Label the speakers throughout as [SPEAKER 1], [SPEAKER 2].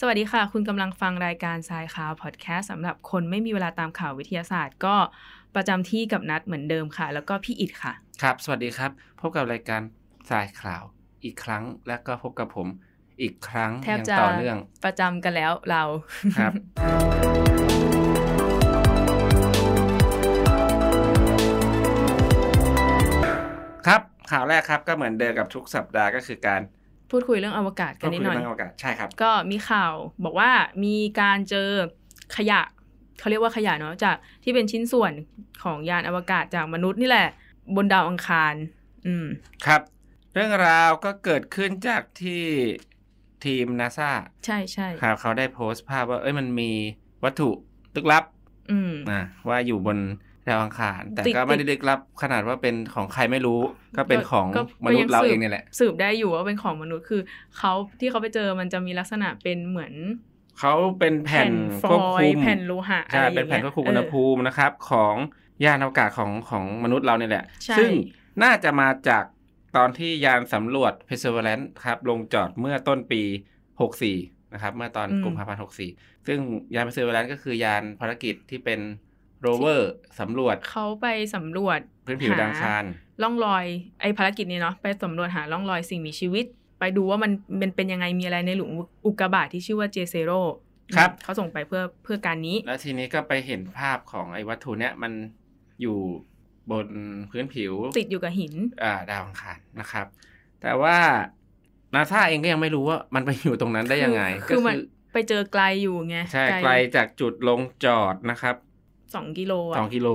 [SPEAKER 1] สวัสดีค่ะ คุณกำลังฟังรายการทรายข่าวพอดแคสต์สำหรับคนไม่มีเวลาตามข่าววิทยาศาสตร์ ก็ประจำที่กับนัดเหมือนเดิมค่ะ แล้วก็พี่อิดค่ะ
[SPEAKER 2] ครับ สวัสดีครับ พบกับรายการสายข่าวอีกครั้ง แล้วก็พบกับผมอีกครั้ง
[SPEAKER 1] แทบ
[SPEAKER 2] อย่าง
[SPEAKER 1] จะ
[SPEAKER 2] ต่อเนื่อง
[SPEAKER 1] ประจำกันแล้วเรา
[SPEAKER 2] ครับ ครับ ข่าวแรกครับก็เหมือนเดิมกับทุกสัปดาห์ก็คือการ
[SPEAKER 1] พูดคุยเรื่องอวกาศกันนิดหน่อย
[SPEAKER 2] เรื่องอวกาศใช่ครับ
[SPEAKER 1] ก็มีข่าวบอกว่ามีการเจอขยะเขาเรียกว่าขยะเนาะจากที่เป็นชิ้นส่วนของยานอวกาศจากมนุษย์นี่แหละ บนดาวอังคาร อืม
[SPEAKER 2] ครับ เรื่องราวก็เกิดขึ้นจากที่ทีมนาซา
[SPEAKER 1] ใช่ใช่
[SPEAKER 2] ครับเขาได้โพสต์ภาพว่า เอ้ยมันมีวัตถุลึกลับ
[SPEAKER 1] อืม
[SPEAKER 2] นะว่าอยู่บนดาวอังคาร แต่
[SPEAKER 1] ติด
[SPEAKER 2] ก็ไม่
[SPEAKER 1] ติ
[SPEAKER 2] ได้
[SPEAKER 1] ด
[SPEAKER 2] ลึกลับขนาดว่าเป็นของใครไม่รู้ ก็เป็นของ
[SPEAKER 1] ก็
[SPEAKER 2] มนุษย์เรา
[SPEAKER 1] ก็
[SPEAKER 2] เอ
[SPEAKER 1] สืบ
[SPEAKER 2] งเนี่ยแหละ
[SPEAKER 1] สืบได้อยู่ว่าเป็นของมนุษย์คือเขาที่เขาไปเจอมันจะมีลักษณะเป็นเหมือน
[SPEAKER 2] เขาเป็นแผ่น
[SPEAKER 1] ฟ
[SPEAKER 2] ควบ
[SPEAKER 1] อ
[SPEAKER 2] คุ
[SPEAKER 1] ย
[SPEAKER 2] ม
[SPEAKER 1] ล์แผ่นโลหะอะ
[SPEAKER 2] ใช่
[SPEAKER 1] ไร
[SPEAKER 2] เป็
[SPEAKER 1] อ
[SPEAKER 2] น
[SPEAKER 1] ย่าง
[SPEAKER 2] แผ่น
[SPEAKER 1] เงี้ย
[SPEAKER 2] ควบคุมอุณห
[SPEAKER 1] เออ
[SPEAKER 2] ภูมินะครับ ของยานอวกาศของของมนุษย์เราเนี่ยแหละ
[SPEAKER 1] ใช่
[SPEAKER 2] ซึ่งน่าจะมาจากตอนที่ยานสำรวจ Perseverance ครับ ลงจอดเมื่อต้นปี 64 นะครับ เมื่อตอนกุมภาพันธ์64 ซึ่งยาน Perseverance ก็คือยานภารกิจที่เป็นโรเวอร์สำรวจ
[SPEAKER 1] เขาไปสำรวจ
[SPEAKER 2] พื้นผิวดาวอังคาร
[SPEAKER 1] ร่องรอยไอภารกิจนี้เนาะไปสำรวจหาร่องรอยสิ่งมีชีวิต ไปดูว่ามันมันเป็นยังไงมีอะไรในหลุมอุกกาบาตที่ชื่อว่าเจเซโร
[SPEAKER 2] ครับ
[SPEAKER 1] เขาส่งไปเพื่อเพื่อการนี้
[SPEAKER 2] แล้วทีนี้ก็ไปเห็นภาพของไอ้วัตถุเนี้ยมันอยู่บนพื้นผิว
[SPEAKER 1] ติดอยู่กับหิน
[SPEAKER 2] อ่าดาวอังคารนะครับ แต่ว่านาซาเองก็ยังไม่รู้ว่ามันไปอยู่ตรงนั้นได้ยังไง
[SPEAKER 1] คือคือมันไปเจอไกลอยู่ไง
[SPEAKER 2] ใช่ไกลจากจุดลงจอดนะครับ
[SPEAKER 1] สองกิโลอะ
[SPEAKER 2] สองกิโล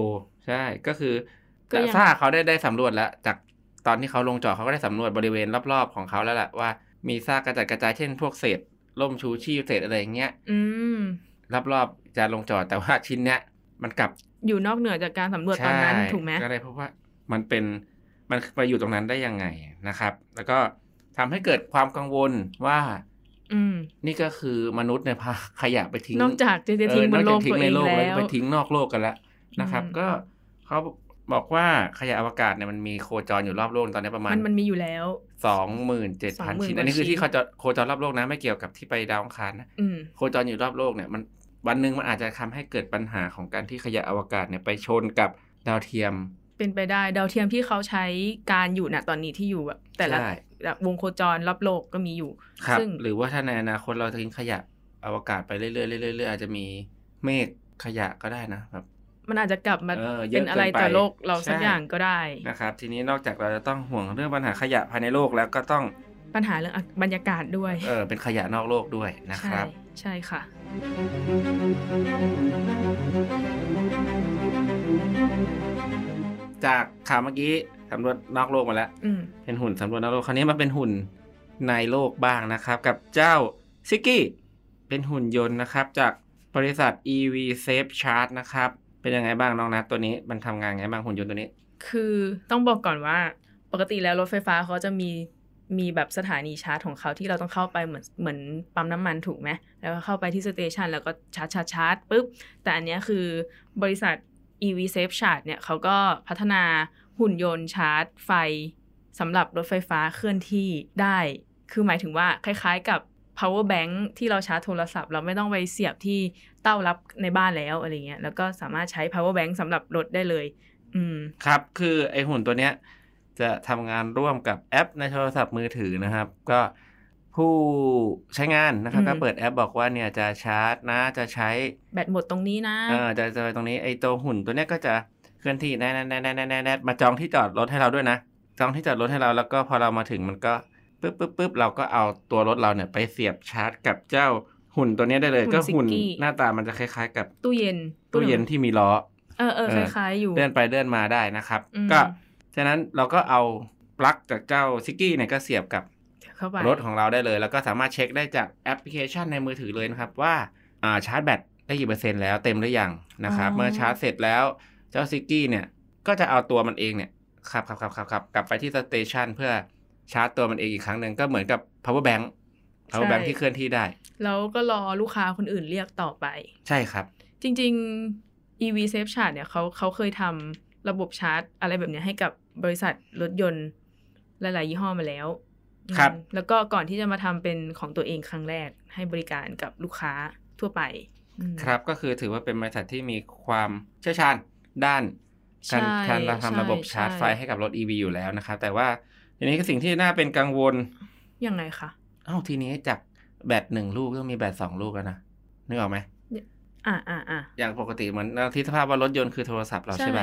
[SPEAKER 2] ใช่ก็คือ
[SPEAKER 1] ก็ยัง
[SPEAKER 2] นาซาเขาได้ได้สำรวจแล้ว จากตอนที่เขาลงจอดเขาก็ได้สำรวจบริเวณรอบๆของเขาแล้วล่ะว่ามีซากกระจัดกระจายเช่น พวกเศษล่มชูชีพเศษอะไรอย่างเงี้ย
[SPEAKER 1] อืม
[SPEAKER 2] รอบๆจะลงจอดแต่ว่าชิ้นเนี้ยมันกลับ
[SPEAKER 1] อยู่นอกเหนือจากการสำรวจตอนนั้น
[SPEAKER 2] ใช่
[SPEAKER 1] ถูกไหม
[SPEAKER 2] ก็เลยพบว่ามันเป็นมันไปอยู่ตรงนั้นได้ยังไงนะครับ แล้วก็ทำให้เกิดความกังวลว่า
[SPEAKER 1] อืม
[SPEAKER 2] นี่ก็คือมนุษย์เนี่ยพาขยะไปทิ้ง
[SPEAKER 1] นอกจากจะจะ
[SPEAKER 2] เอ
[SPEAKER 1] ทิ้ง
[SPEAKER 2] อบ
[SPEAKER 1] นโล
[SPEAKER 2] จาก ทิ้
[SPEAKER 1] ตัว
[SPEAKER 2] ง
[SPEAKER 1] เอ
[SPEAKER 2] ใน
[SPEAKER 1] ง
[SPEAKER 2] โลก
[SPEAKER 1] แล้
[SPEAKER 2] แล้ว
[SPEAKER 1] ว
[SPEAKER 2] ไปทิ้งนอกโลกกันแล้วนะครับ
[SPEAKER 1] อืม
[SPEAKER 2] ก็เขาบอกว่าขยะอวกาศเนี่ยมันมีโคจรอยู่รอบโลกตอนนี้ประมาณ
[SPEAKER 1] มันมันมีอยู่แล้ว
[SPEAKER 2] สองหมื่นเจ็ดพัน
[SPEAKER 1] 27,000
[SPEAKER 2] ชิ้นอันนี้คือ
[SPEAKER 1] ชิ้น
[SPEAKER 2] ที่เขาจะโคจรรอบโลกนะไม่เกี่ยวกับที่ไปดาวอังคารนะ
[SPEAKER 1] อืม
[SPEAKER 2] โคจรอยู่รอบโลกเนี่ยมันวันหนึ่งมันอาจจะทำให้เกิดปัญหาของการที่ขยะอวกาศเนี่ยไปชนกับดาวเทียม
[SPEAKER 1] เป็นไปได้ดาวเทียมที่เขาใช้การอยู่นะตอนนี้ที่อยู่แบบแต่ละ
[SPEAKER 2] ใช่
[SPEAKER 1] แบบวงโคจรรอบโลกก็มีอยู่
[SPEAKER 2] ครับ
[SPEAKER 1] ซึ่ง
[SPEAKER 2] หรือว่าถ้าในอนาคตเราทิ้งขยะอวกาศไปเรื่อยๆเรื่อยๆเรื่อยๆอาจจะมีเมฆขยะก็ได้นะแบบ
[SPEAKER 1] มันอาจจะกลับมา
[SPEAKER 2] เออเยอะ
[SPEAKER 1] เป็นอะไร
[SPEAKER 2] เกินไป
[SPEAKER 1] ต่อโลกเราสัก
[SPEAKER 2] ใช่
[SPEAKER 1] อย่างก็ได้
[SPEAKER 2] นะครับ ทีนี้นอกจากเราจะต้องห่วงเรื่องปัญหาขยะภายในโลกแล้วก็ต้อง
[SPEAKER 1] ปัญหาเรื่องบรรยากาศด้วย
[SPEAKER 2] เออเป็นขยะนอกโลกด้วยนะค
[SPEAKER 1] ใช่
[SPEAKER 2] รับ
[SPEAKER 1] ใช่ค่ะ
[SPEAKER 2] จากข่าวเมื่อกี้สำรวจนอกโลกมาแล้ว
[SPEAKER 1] อืม
[SPEAKER 2] เป็นหุ่นสำรวจนอกโลกคราวนี้มาเป็นหุ่นในโลกบ้างนะครับ กับเจ้าซิกี้เป็นหุ่นยนต์นะครับ จากบริษัท EV Safe Charge นะครับ เป็นยังไงบ้างน้องนะตัวนี้มันทำงานไงบ้างหุ่นยนต์ตัวนี้
[SPEAKER 1] คือต้องบอกก่อนว่าปกติแล้วรถไฟฟ้าเขาจะมีมีแบบสถานีชาร์จของเขาที่เราต้องเข้าไปเหมือนเหมือนปั๊มน้ำมันถูกไหมแล้วก็เข้าไปที่สเตชันแล้วก็ชาร์จชาร์จชาร์จปุ๊บ แต่อันเนี้ยคือบริษัท EV Safe Charge เนี่ยเขาก็พัฒนาหุ่นยนต์ชาร์จไฟสำหรับรถไฟฟ้าเคลื่อนที่ได้ คือหมายถึงว่าคล้ายๆกับ power bank ที่เราชาร์จโทรศัพท์ เราไม่ต้องไปเสียบที่เต้ารับในบ้านแล้วอะไรเงี้ยแล้วก็สามารถใช้ power bank สำหรับรถได้เลย อืม
[SPEAKER 2] ครับ คือไอหุ่นตัวเนี้ยจะทำงานร่วมกับแอปในโทรศัพท์มือถือนะครับ ก็ผู้ใช้งานนะครับ
[SPEAKER 1] อืม
[SPEAKER 2] ก็เปิดแอปบอกว่าเนี่ยจะชาร์จนะจะใช้
[SPEAKER 1] แบตหมดตรงนี้นะ
[SPEAKER 2] เออจะจะไปตรงนี้ไอ้ตัวหุ่นตัวเนี้ยก็จะเคลื่อนที่แน่แน่แน่แน่แน่แน่มาจองที่จอดรถให้เราด้วยนะ จองที่จอดรถให้เราแล้วก็พอเรามาถึงมันก็ปึ๊บปึ๊บปึ๊บเราก็เอาตัวรถเราเนี่ยไปเสียบชาร์จกับเจ้าหุ่นตัวเนี้ยได้เลย
[SPEAKER 1] หุ่น
[SPEAKER 2] ก็หุ่น
[SPEAKER 1] ซิกกี้
[SPEAKER 2] หน้าตามันจะคล้ายๆ กับ
[SPEAKER 1] ตู้เย็น
[SPEAKER 2] ตู้เย็นที่มีล้อ
[SPEAKER 1] เออเออ
[SPEAKER 2] เอ
[SPEAKER 1] ค
[SPEAKER 2] อ
[SPEAKER 1] ล้ายๆอยู่
[SPEAKER 2] เลื่อนไปเลื่อนมาได้นะครับ
[SPEAKER 1] อืม
[SPEAKER 2] ก็ฉะนั้นเราก็เอาปลั๊กจากเจ้าซิกกี้เนี่ยก็เสียบกับ
[SPEAKER 1] เข้าไป
[SPEAKER 2] รถของเราได้เลย แล้วก็สามารถเช็คได้จากแอปพลิเคชันในมือถือเลยนะครับ ว่าอ่าชาร์จแบตได้กี่เปอร์เซ็นต์แล้วเต็มหรือยังนะครับ เมื่อชาร์จเสร็จแล้วเจ้าซิกกี้เนี่ย ก็จะเอาตัวมันเองเนี่ยขับขับขับขับขับกลับไปที่สเตชันเพื่อชาร์จตัวมันเองอีกครั้งหนึ่งก็เหมือนกับ power bank power bank ที่เคลื่อนที่ได้
[SPEAKER 1] แล้วก็รอลูกค้าคนอื่นเรียกต่อไป
[SPEAKER 2] ใช่ครับ
[SPEAKER 1] จริง ๆ EV Safe Charge เนี่ยเขาเขาเคยทำระบบชาร์จ อะไรแบบเนี้ยให้กับบริษัทรถยนต์หลาย ๆ ยี่ห้อมาแล้ว
[SPEAKER 2] ครับ
[SPEAKER 1] อืมแล้วก็ก่อนที่จะมาทำเป็นของตัวเองครั้งแรกให้บริการกับลูกค้าทั่วไปอืม
[SPEAKER 2] ครับก็คือถือว่าเป็นบริษัทที่มีความเชี่ยวชาญด้าน การ
[SPEAKER 1] ใช่
[SPEAKER 2] การทำระบบ
[SPEAKER 1] ใ
[SPEAKER 2] ชาร์จไฟให้กับรถ EV อยู่แล้วนะครับ แต่ว่าทีนี้ก็สิ่งที่น่าเป็นกังวล
[SPEAKER 1] ยังไงคะ
[SPEAKER 2] เอ้าทีนี้จากแบตหนึ่งลูกต้องมีแบตสองลูกแล้วนะนึกออกไหม
[SPEAKER 1] อ่าอ่าอ่า
[SPEAKER 2] อย่างปกติเหมือนเราที่สภาพว่ารถยนต์คือโทรศัพท์เราใช่ไหม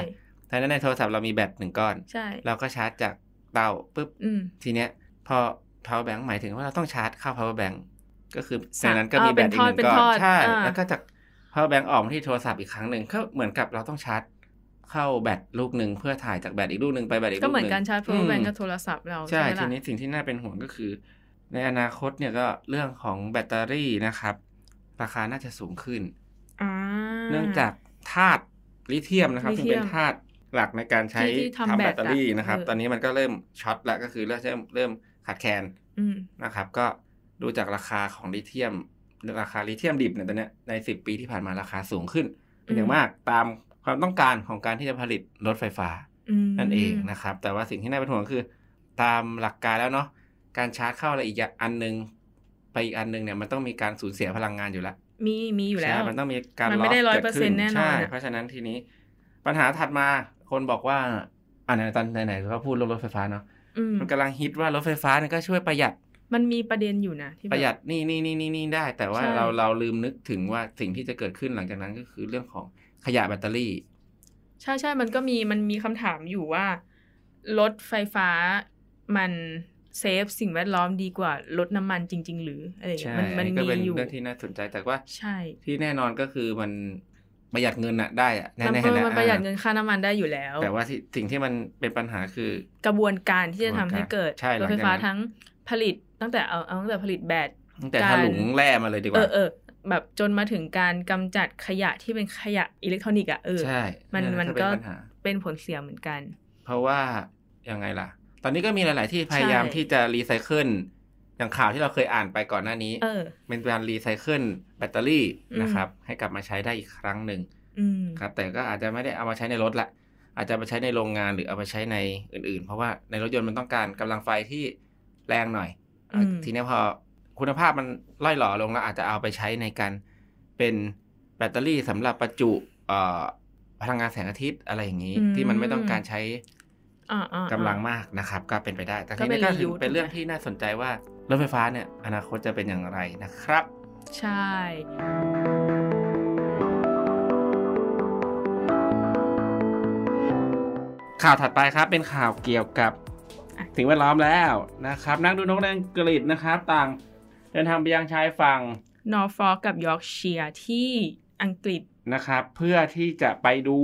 [SPEAKER 2] แต่ในโทรศัพท์เรามีแบตหนึ่งก้อน
[SPEAKER 1] ใช่
[SPEAKER 2] เราก็ชาร์จจากเตาปุ๊บ
[SPEAKER 1] อืม
[SPEAKER 2] ทีเนี้ยพอ power bank หมายถึงว่าเราต้องชาร์จเข้า power bank ก็คือในนั้นก็
[SPEAKER 1] อ่า
[SPEAKER 2] มีแบตอีกหนึ่ง
[SPEAKER 1] เป็
[SPEAKER 2] ก้
[SPEAKER 1] ท
[SPEAKER 2] อ
[SPEAKER 1] อน ด
[SPEAKER 2] ใช่
[SPEAKER 1] อ่า
[SPEAKER 2] แล้วก็จาก power bank ออกมาที่โทรศัพท์อีกครั้งหนึ่งก็เหมือนกับเราต้องชาร์จ เข้าแบตลูกหนึ่งเพื่อถ่ายจากแบตอีกลูกหนึ่งไปแบตอีกลูกห
[SPEAKER 1] ก็
[SPEAKER 2] นึ่ง
[SPEAKER 1] เหมือนการชาร์จ power bank
[SPEAKER 2] อืม
[SPEAKER 1] กับโทรศัพท์เรา
[SPEAKER 2] ใช่
[SPEAKER 1] ใช่ไหม
[SPEAKER 2] ที
[SPEAKER 1] ล่ะ
[SPEAKER 2] นี้สิ่งที่น่าเป็นห่วงก็คือ ในอนาคตเนี่ยก็เรื่องของแบตเตอรี่นะครับ ราคาน่าจะสูงขึ้น
[SPEAKER 1] อ่า
[SPEAKER 2] เนื่องจากธาตุลิเธียมนะครับ
[SPEAKER 1] ลิ
[SPEAKER 2] ซึ่ง
[SPEAKER 1] เธียม
[SPEAKER 2] เป็นธาตุหลักในการใช้
[SPEAKER 1] ที่ที่ทำ
[SPEAKER 2] ทำแบ
[SPEAKER 1] แบ
[SPEAKER 2] ต
[SPEAKER 1] ต
[SPEAKER 2] เตอรี่
[SPEAKER 1] อะ
[SPEAKER 2] นะครับ
[SPEAKER 1] เออ
[SPEAKER 2] ตอนนี้มันก็เริ่มช็อตแล้วก็คือเริ่มเริ่มขาดแคลน
[SPEAKER 1] อืม
[SPEAKER 2] นะครับ ก็ดูจากราคาของลิเธียม ราคาลิเธียมดิบเนี่ยตอนเนี้ยใน 10 ปีที่ผ่านมาราคาสูงขึ้นเป็นอย่างมากตามความต้องการของการที่จะผลิตรถไฟฟ้า
[SPEAKER 1] อืม
[SPEAKER 2] นั่นเองนะครับ แต่ว่าสิ่งที่น่าเป็นห่วงคือ ตามหลักการแล้วเนาะการชาร์จเข้าอะไรอีกอย่างอันหนึงไปอีกอันหนึงเนี่ยมันต้องมีการสูญเสียพลังงานอยู่แล้ว
[SPEAKER 1] มีมีอยู่แล้ว
[SPEAKER 2] ใช่มันต้องมีการ
[SPEAKER 1] มันไม่ได้
[SPEAKER 2] loss กิขึ้
[SPEAKER 1] 100%แน่นอน
[SPEAKER 2] ใช่
[SPEAKER 1] อะ
[SPEAKER 2] เพราะฉะนั้นทีนี้ ปัญหาถัดมาคนบอกว่าอ่าไหนตอนไหนๆก็พูดเรื่องรถไฟฟ้าเนาะ
[SPEAKER 1] อืม
[SPEAKER 2] มันกำลังฮิตว่ารถไฟฟ้าเนี่ยก็ช่วยประหยัด
[SPEAKER 1] มันมีประเด็นอยู่นะที่แบบ
[SPEAKER 2] ประหยัดนี่นี่นี่นี่นี่ได้ แต่ว่า
[SPEAKER 1] ใช่
[SPEAKER 2] เราเราลืมนึกถึงว่าสิ่งที่จะเกิดขึ้นหลังจากนั้นก็คือเรื่องของขยะแบตเตอรี่
[SPEAKER 1] ใช่ใช่ มันก็มีมันมีคำถามอยู่ว่า รถไฟฟ้ามันเซฟสิ่งแวดล้อมดีกว่ารถน้ำมันจริง ๆ หรืออะไรอย่าง
[SPEAKER 2] ใช่
[SPEAKER 1] เงี้ยมัน
[SPEAKER 2] อั
[SPEAKER 1] มัน
[SPEAKER 2] ก็
[SPEAKER 1] มี
[SPEAKER 2] เป็น
[SPEAKER 1] อยู่
[SPEAKER 2] เรื่องที่น่าสนใจแต่ว่า
[SPEAKER 1] ใช่
[SPEAKER 2] ที่แน่นอนก็คือมันประหยัดเงินอะได้อะแน่
[SPEAKER 1] มัน
[SPEAKER 2] ๆ
[SPEAKER 1] เออ
[SPEAKER 2] แหละ
[SPEAKER 1] มันประหยัดเงินค่าน้ำมันได้อยู่แล้ว
[SPEAKER 2] แต่ว่าที่สิ่งที่มันเป็นปัญหาคือ
[SPEAKER 1] กระบวนการที่จะทำให้เกิด
[SPEAKER 2] ใช่ห
[SPEAKER 1] ร
[SPEAKER 2] ลั
[SPEAKER 1] ถ
[SPEAKER 2] ง
[SPEAKER 1] ไฟ
[SPEAKER 2] จากนั้น
[SPEAKER 1] ฟ้าทั้งผลิตตั้งแต่เอาเอาตั้งแต่ผลิตแบต
[SPEAKER 2] ตั้งแต่
[SPEAKER 1] การ
[SPEAKER 2] ถลุงแร่มาเลยดีก
[SPEAKER 1] เอ
[SPEAKER 2] ว่า
[SPEAKER 1] อเออแบบจนมาถึงการกำจัดขยะที่เป็นขยะอิเล็กทรอนิกส์อ่ะเออ
[SPEAKER 2] ใช่
[SPEAKER 1] มันมัน
[SPEAKER 2] เป็
[SPEAKER 1] ก็
[SPEAKER 2] ปัญหา
[SPEAKER 1] เป็นผลเสียเหมือนกัน
[SPEAKER 2] เพราะว่ายังไงล่ะ ตอนนี้ก็มีหลาย ๆ ที่พยายาม
[SPEAKER 1] ใช่
[SPEAKER 2] ที่จะรีไซเคิลอย่างข่าวที่เราเคยอ่านไปก่อนหน้านี้
[SPEAKER 1] เออ
[SPEAKER 2] เป็นการรีไซเคิลแบตเตอรี่
[SPEAKER 1] อืม
[SPEAKER 2] นะครับ ให้กลับมาใช้ได้อีกครั้งหนึ่ง
[SPEAKER 1] อืม
[SPEAKER 2] ครับ แต่ก็อาจจะไม่ได้เอามาใช้ในรถละ อาจจะไปใช้ในโรงงานหรือเอาไปใช้ในอื่น ๆ เพราะว่าในรถยนต์มันต้องการกำลังไฟที่แรงหน่อยอ่ะ
[SPEAKER 1] อืม
[SPEAKER 2] ทีเนี้ยพอคุณภาพมันล่อยหล่อลงแล้วอาจจะเอาไปใช้ในการเป็นแบตเตอรี่สำหรับประจุเอ่อพลังงานแสงอาทิตย์อะไรอย่างนี้ ที่มันไม่ต้องการใช้
[SPEAKER 1] อ่าอ่า
[SPEAKER 2] กำลังมากนะครับก็เป็นไปได้ แต่
[SPEAKER 1] ก็
[SPEAKER 2] ที
[SPEAKER 1] เป็น
[SPEAKER 2] นี้ก็ถือ
[SPEAKER 1] reuse
[SPEAKER 2] เป็นเรื่อง
[SPEAKER 1] ถูกไหม
[SPEAKER 2] ที่น่าสนใจว่ารถไฟฟ้าเนี่ยอนาคตจะเป็นอย่างไรนะครับ
[SPEAKER 1] ใช่
[SPEAKER 2] ข่าวถัดไปครับเป็นข่าวเกี่ยวกับ
[SPEAKER 1] อ่ะ
[SPEAKER 2] สิ่งแวดล้อมแล้วนะครับ นักดูนกในอังกฤษนะครับ ต่างเดินทางไปยังชายฝั่ง
[SPEAKER 1] นอร์ฟอลกับยอร์กเชียร์ที่อังกฤษ
[SPEAKER 2] นะครับ เพื่อที่จะไปดู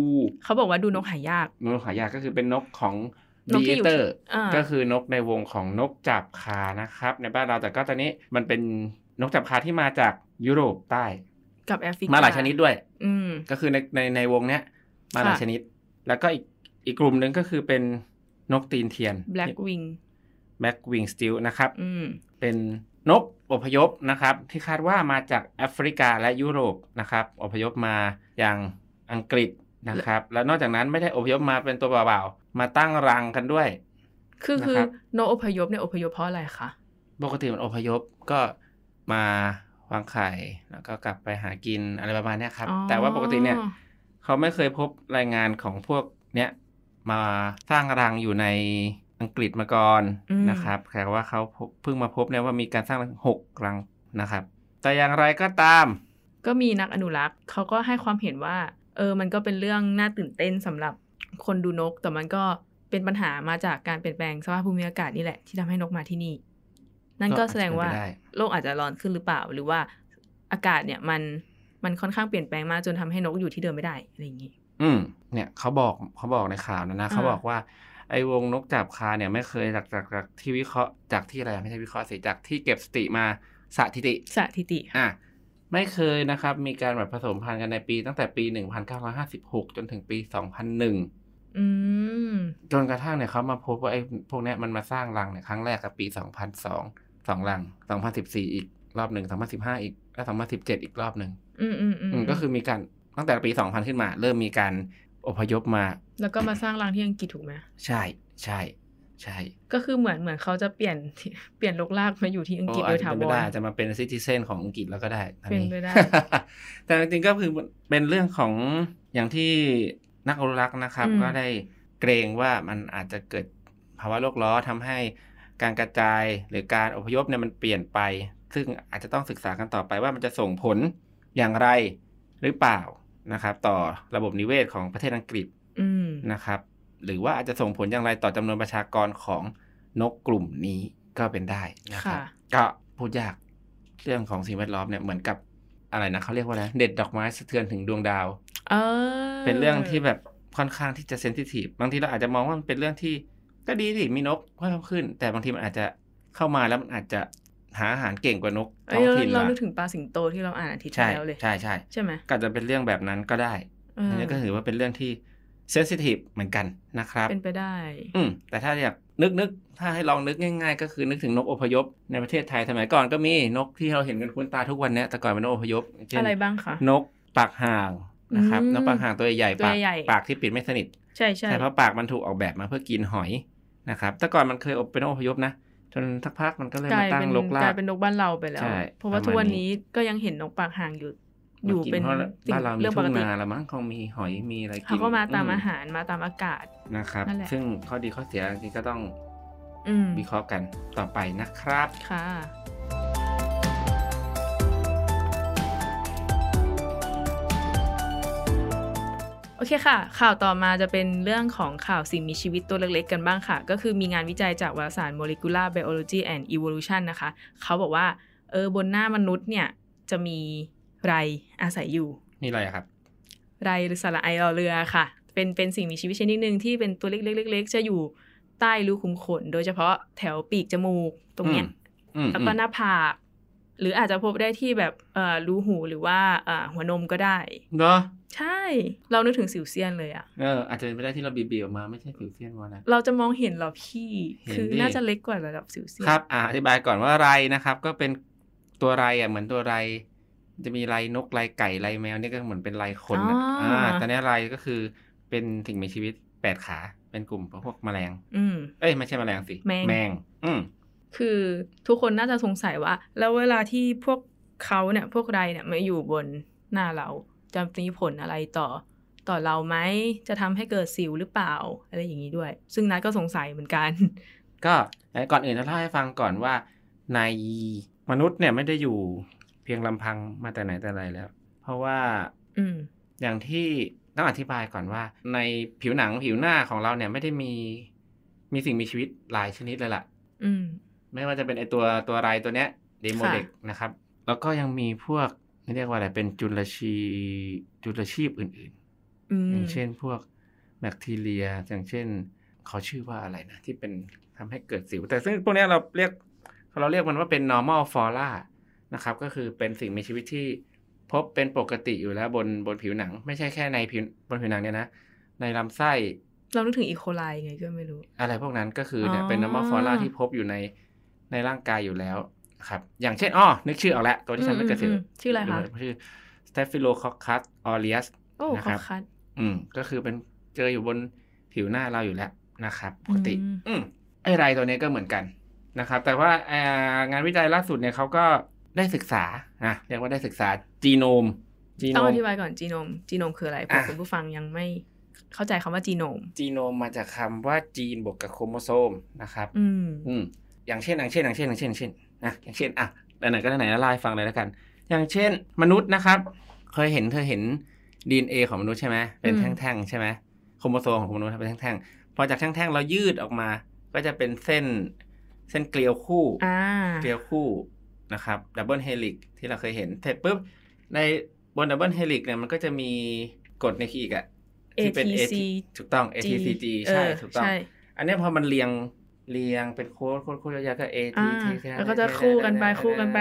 [SPEAKER 1] เขาบอกว่าดูนกหายาก
[SPEAKER 2] นกขายากก็คือเป็นนกของ
[SPEAKER 1] น
[SPEAKER 2] บี
[SPEAKER 1] กที่อยู่
[SPEAKER 2] เตอร์
[SPEAKER 1] อ่า
[SPEAKER 2] ก็คือนกในวงของนกจับคานะครับ ในบ้านเราแต่ก็ตอนนี้มันเป็นนกจับคาที่มาจากยุโรปใต้
[SPEAKER 1] กับแอฟริกา
[SPEAKER 2] มา
[SPEAKER 1] มา
[SPEAKER 2] หลายชนิดด้วย
[SPEAKER 1] อืม
[SPEAKER 2] ก็คือในในในวงเนี้ยมาหลาย
[SPEAKER 1] ค่ะ
[SPEAKER 2] ชนิด แล้วก็อีกอีกกลุ่มหนึ่งก็คือเป็นนกตีนเทียน
[SPEAKER 1] แบล็กวิง
[SPEAKER 2] Black Wing Steel นะครับ
[SPEAKER 1] อืม
[SPEAKER 2] เป็นนกอพยพนะครับ ที่คาดว่ามาจากแอฟริกาและยุโรปนะครับ อพยพมาอย่างอังกฤษนะครับ แล้วนอกจากนั้นไม่ได้อพยพมาเป็นตัวเปล่าๆมาตั้งรังกันด้วย
[SPEAKER 1] คือ
[SPEAKER 2] นะครับ
[SPEAKER 1] คือนกอพยพเนี่ยอพยพเพราะอะไรคะ
[SPEAKER 2] ปกติมันอพยพก็มาวางไข่แล้วก็กลับไปหากินอะไรประมาณเนี้ยครับ
[SPEAKER 1] อ๋อ
[SPEAKER 2] แต่ว่าปกติเนี่ย เขาไม่เคยพบรายงานของพวกเนี้ยมาสร้างรังอยู่ในอังกฤษมาก่อน
[SPEAKER 1] อืม
[SPEAKER 2] นะครับแต่ว่าเขาพบเพิ่งมาพบเนี่ยว่ามีการสร้างหกรังนะครับ แต่อย่างไรก็ตาม
[SPEAKER 1] ก็มีนักอนุรักษ์เขาก็ให้ความเห็นว่า เออ มันก็เป็นเรื่องน่าตื่นเต้นสำหรับคนดูนก แต่มันก็เป็นปัญหามาจากการเปลี่ยนแปลงสภาพภูมิอากาศนี่แหละที่ทำให้นกมาที่นี่ นั่น
[SPEAKER 2] ก็
[SPEAKER 1] ก็
[SPEAKER 2] อาจจะ
[SPEAKER 1] แสดงว่า
[SPEAKER 2] เป็นไปได้
[SPEAKER 1] โลกอาจจะร้อนขึ้นหรือเปล่า หรือว่าอากาศเนี่ยมันมันค่อนข้างเปลี่ยนแปลงมากจนทำให้นกอยู่ที่เดิมไม่ได้อะไรอย่างนี้
[SPEAKER 2] อืมเนี่ยเขาบอกเขาบอกในข่าวนะนะเขาบอกว่าไอ้วงนกจับคาเนี่ยไม่เคยจากจากจากที่วิเคราะห์จากที่อะไรไม่ใช่วิเคราะห์สิจากที่เก็บสติมาสถิติ
[SPEAKER 1] สถิติค่ะ
[SPEAKER 2] อ่ะไม่เคยนะครับ มีการแบบผสมพันธุ์กันในปี ตั้งแต่ปี 1956 จนถึงปี 2001
[SPEAKER 1] อืม
[SPEAKER 2] จนกระทั่งเนี่ยเขามาพบว่าไอ้พวกเนี้ยมันมาสร้างรังเนี่ยครั้งแรกกับปี 2002 สองรัง 2014 อีกรอบหนึ่ง2015 อีก แล้ว 2017 อีกรอบหนึ่ง
[SPEAKER 1] อืมอืมอืม
[SPEAKER 2] อืมก็คือมีการตั้งแต่ปี 2000 ขึ้นมา เริ่มมีการอพยพมา
[SPEAKER 1] แล้วก็มาสร้างรังที่อังกฤษถูกไหม
[SPEAKER 2] ใช่ใช่ ใช่
[SPEAKER 1] ก็คือเหมือนเหมือนเขาจะเปลี่ยน ที่เปลี่ยนลกลากมาอยู่ที่อังกฤษโดยถา
[SPEAKER 2] โอ้อาจจะ
[SPEAKER 1] วร
[SPEAKER 2] เป็นไปได้อาจจะมาเป็นซิติเซนของอังกฤษแล้วก็ได้ตอนนี้
[SPEAKER 1] เป็นไปได้
[SPEAKER 2] แต่จริงๆก็คือเป็นเรื่องของอย่างที่นักอนุรักษ์นะครับ
[SPEAKER 1] อืม
[SPEAKER 2] ก็ได้เกรงว่ามันอาจจะเกิดภาวะโลกร้อนทำให้การกระจายหรือการอพยพเนี่ยมันเปลี่ยนไป ซึ่งอาจจะต้องศึกษากันต่อไปว่ามันจะส่งผลอย่างไรหรือเปล่านะครับ ต่อระบบนิเวศของประเทศอังกฤษ
[SPEAKER 1] อืม
[SPEAKER 2] นะครับ หรือว่าอาจจะส่งผลอย่างไรต่อจำนวนประชากรของนกกลุ่มนี้ก็เป็นได้นะครับ
[SPEAKER 1] ค่ะ
[SPEAKER 2] ก็พูดยากเรื่องของสิ่งแวดล้อมเนี่ยเหมือนกับอะไรนะเขาเรียกว่าอะไรเด็ดดอกไม้สะเทือนถึงดวงดาว
[SPEAKER 1] เออ
[SPEAKER 2] เป็นเรื่องที่แบบค่อนข้างที่จะเซนซิทีฟบางทีเราอาจจะมองว่ามันเป็นเรื่องที่ก็ดีสิมีนกเพิ่มขึ้น แต่บางทีมันอาจจะเข้ามาแล้วมันอาจจะหาอาหารเก่งกว่านก
[SPEAKER 1] เอ้
[SPEAKER 2] ท้
[SPEAKER 1] ย
[SPEAKER 2] อง
[SPEAKER 1] เรา
[SPEAKER 2] ถิ่น
[SPEAKER 1] เรา
[SPEAKER 2] มา
[SPEAKER 1] นึกถึงปลาสิงโตที่เราอ่านอาทิตย์
[SPEAKER 2] ใช่
[SPEAKER 1] ที่แล้วเลย
[SPEAKER 2] ใช่ใช่
[SPEAKER 1] ใช่ไหม
[SPEAKER 2] ก็อาจจะเป็นเรื่องแบบนั้นก็ได้
[SPEAKER 1] เออ
[SPEAKER 2] อั
[SPEAKER 1] อน
[SPEAKER 2] นี้ก็ถือว่าเป็นเรื่องที่เซนซิทีฟเหมือนกันนะครับ
[SPEAKER 1] เป็นไปได้
[SPEAKER 2] อืมแต่ถ้าอยากนึกนึกถ้าให้ลองนึกง่ายๆ ก็คือนึกถึงนกอพยพ ในประเทศไทยสมัยก่อนก็มีนกที่เราเห็นกันคุ้นตาทุกวันเนี้ยแต่ก่อนเป็นนกอพยพเช่น
[SPEAKER 1] อะไรบ้างคะ
[SPEAKER 2] นกปากห่างนะครับ
[SPEAKER 1] อืม
[SPEAKER 2] นกปากห่างตัวใหญ่ๆ
[SPEAKER 1] ตัว
[SPEAKER 2] ปาก
[SPEAKER 1] ใหญ่
[SPEAKER 2] ปากที่ปิดไม่สนิท
[SPEAKER 1] ใช่ใช่
[SPEAKER 2] ใช่เพราะปากมันถูกออกแบบมาเพื่อกินหอยนะครับแต่ก่อนมันเคยอบเป็นนกอพยพนะจนสักพักมันก็เล
[SPEAKER 1] กลาม
[SPEAKER 2] ยาย ตั้
[SPEAKER 1] เป็
[SPEAKER 2] ง
[SPEAKER 1] น
[SPEAKER 2] รก
[SPEAKER 1] ก
[SPEAKER 2] ลา
[SPEAKER 1] ลาก ยเป็นนกบ้านเราไปแล้ว
[SPEAKER 2] ใช่
[SPEAKER 1] เพราะว่า
[SPEAKER 2] ประมาณ
[SPEAKER 1] ทุกวันนี้ก็ยังเห็นนกปากห่างอยู่อยู่
[SPEAKER 2] กิ
[SPEAKER 1] เป็น
[SPEAKER 2] เพราะ
[SPEAKER 1] สิ่ง
[SPEAKER 2] บ้านเรามี
[SPEAKER 1] เรื่องป
[SPEAKER 2] ทุ่
[SPEAKER 1] ก
[SPEAKER 2] ง
[SPEAKER 1] ติ
[SPEAKER 2] นาละมั้งคงมีหอยมีอะไรกิน
[SPEAKER 1] เขาก็มาตาม
[SPEAKER 2] อื
[SPEAKER 1] อาหารมาตามอากาศ
[SPEAKER 2] นะครับ
[SPEAKER 1] นั่นแหละ
[SPEAKER 2] ซึ่งข้อดีข้อเสียจริงๆก็ต้อง
[SPEAKER 1] อืม
[SPEAKER 2] วิเคราะห์กันต่อไปนะครับ
[SPEAKER 1] ค่ะ โอเคค่ะ ข่าวต่อมาจะเป็นเรื่องของข่าวสิ่งมีชีวิตตัวเล็กๆกันบ้างค่ะ ก็คือมีงานวิจัยจากวารสาร Molecular Biology and Evolution นะคะ เขาบอกว่าเออบนหน้ามนุษย์เนี่ยจะมีไรอาศัยอยู่
[SPEAKER 2] นี่อะไรอะครับ
[SPEAKER 1] ไรหรือสระไอรอเรือค่ะ เป็นเป็นสิ่งมีชีวิตชนิดหนึ่งที่เป็นตัวเล็กๆเล็กๆจะอยู่ใต้รูขุมขน โดยเฉพาะแถวปีกจมูกตรงเนี้ย
[SPEAKER 2] อืม
[SPEAKER 1] แล้วก็
[SPEAKER 2] อืม
[SPEAKER 1] หน้าผากหรืออาจจะพบได้ที่แบบเอ่อรูหูหรือว่าเอ่อหัวนมก็ได้
[SPEAKER 2] เนาะ
[SPEAKER 1] ใช่ เรานึกถึงสิวเซียนเลยอะ
[SPEAKER 2] เอออาจจะเป็นไปได้ที่เราบีบๆออกมาไม่ใช่ผิวเซียนวานะ
[SPEAKER 1] เราจะมองเห็นเหรอพี่
[SPEAKER 2] เห็นดิ
[SPEAKER 1] คือน่าจะเล็กกว่าระดับสิวเซียน
[SPEAKER 2] ครับอ่าอธิบายก่อนว่าไรนะครับ ก็เป็นตัวไรอ่ะเหมือนตัวไร จะมีไรนกไรไก่ไรแมวเนี่ยก็เหมือนเป็นไรคนอะอ่าแต่เนี้ยไรก็คือเป็นสิ่งมีชีวิตแปดขา เป็นกลุ่มพวกแมลง
[SPEAKER 1] อืม
[SPEAKER 2] เอ้ยไม่ใช่แมลงสิ
[SPEAKER 1] แมง
[SPEAKER 2] งอืม
[SPEAKER 1] คือทุกคนน่าจะสงสัยว่า แล้วเวลาที่พวกเขาเนี่ยพวกไรเนี่ยมาอยู่บนหน้าเราจะมีผลอะไรต่อ ต่อเราไหมจะทำให้เกิดสิวหรือเปล่า อะไรอย่างนี้ด้วย ซึ่งนัทก็สงสัยเหมือนกัน
[SPEAKER 2] ก็เอ้ยก่อนอื่นจะเล่าให้ฟังก่อนว่า ในมนุษย์เนี่ยไม่ได้อยู่เพียงลำพังมาแต่ไหนแต่ไรแล้ว เพราะว่า
[SPEAKER 1] อืม
[SPEAKER 2] อย่างที่ต้องอธิบายก่อนว่า ในผิวหนังผิวหน้าของเราเนี่ยไม่ได้มีมีสิ่งมีชีวิตหลายชนิดเลยล่ะ
[SPEAKER 1] อืม
[SPEAKER 2] ไม่ว่าจะเป็นไอตัวตัวไรตัวเนี้ยเดโมเด็กนะครับ แล้วก็ยังมีพวกเรียกว่าอะไรเป็นจุลชีจุลชีพอื่น
[SPEAKER 1] อื
[SPEAKER 2] ๆ อ
[SPEAKER 1] ม
[SPEAKER 2] ย่างเช่นพวกแบคทีเรีย อย่างเช่นเขาชื่อว่าอะไรนะ ที่เป็นทำให้เกิดสิว แต่ซึ่งพวกเนี้ยเราเรียกเราเรียกมันว่าเป็น normal flora นะครับก็คือเป็นสิ่งมีชีวิตที่พบเป็นปกติอยู่แล้วบนบนผิวหนัง ไม่ใช่แค่ในผิวบนผิวหนังเนี่ยนะ ในลำไส้
[SPEAKER 1] เรานึกถึงอีโคไลไงก็ไม่รู้
[SPEAKER 2] อะไรพวกนั้นก็คือเนี่ย
[SPEAKER 1] อ๋อ
[SPEAKER 2] เป็น normal flora ที่พบอยู่ในในร่างกายอยู่แล้วครับ อย่างเช่นอ้อนึกชื่อเอาละตัวที่ฉันไม่เกษต
[SPEAKER 1] อืม
[SPEAKER 2] ร
[SPEAKER 1] อืมอืมชื่ออะไรคะ
[SPEAKER 2] ชื่อ staphylococcus aureus
[SPEAKER 1] โอ้ข
[SPEAKER 2] นะค
[SPEAKER 1] อ
[SPEAKER 2] รับ
[SPEAKER 1] คัด
[SPEAKER 2] อืมก็คือเป็นเจออยู่บนผิวหน้าเราอยู่แล้วนะครับปกติ
[SPEAKER 1] อืม
[SPEAKER 2] อืมไอไรตัวเนี้ยก็เหมือนกันนะครับ แต่ว่าเอ่องานวิจัยล่าสุดเนี่ยเขาก็ได้ศึกษานะเรียกว่าได้ศึกษาจีโนมจีโน
[SPEAKER 1] ต้อง
[SPEAKER 2] ม
[SPEAKER 1] อธิบายก่อนจีโนม จีโนมคืออะไรเผื่อ
[SPEAKER 2] อ่ะ
[SPEAKER 1] คุณผู้ฟังยังไม่เข้าใจคำว่าจีโนม
[SPEAKER 2] จีโนมมาจากคำว่าจีนบวกกับโครโมโซมนะครับ
[SPEAKER 1] อืม
[SPEAKER 2] อืมอย่างเช่นอย่างเช่นอย่างเช่นอย่างเช่นอย่างเช่นนะอย่างเช่นอ่ะไหนๆก็ไหนๆแล้วไล่าให้ฟังเลยแล้วกัน อย่างเช่น มนุษย์นะครับ เคยเห็นเธอเห็น DNA ของมนุษย์ใช่ไหมเป็น
[SPEAKER 1] อืม
[SPEAKER 2] แท่งๆใช่ไหมโครโมโซมของมนุษย์เป็นแท่งๆพอจากแท่งๆเรายืดออกมา ก็จะเป็นเส้นเส้นเกลียวคู่
[SPEAKER 1] อ่า
[SPEAKER 2] เกลียวคู่นะครับดับเบิลเฮลิกที่เราเคยเห็นเสร็จปุ๊บในบนดับเบิลเฮลิกเนี่ยมันก็จะมีกรดในคีกอะที่เป็น
[SPEAKER 1] ATC
[SPEAKER 2] ถูกต้อง
[SPEAKER 1] G
[SPEAKER 2] ATCG
[SPEAKER 1] เอ
[SPEAKER 2] ใช่
[SPEAKER 1] อ
[SPEAKER 2] ถูกต้อง
[SPEAKER 1] ใช่
[SPEAKER 2] อันเนี้ยพอมันเรียงเรียงเป็นโค้ดโค้ดโค้ดยาวๆก็ A T
[SPEAKER 1] อ่า
[SPEAKER 2] T
[SPEAKER 1] แล้วก็จะคู่กันไปคู่กันไป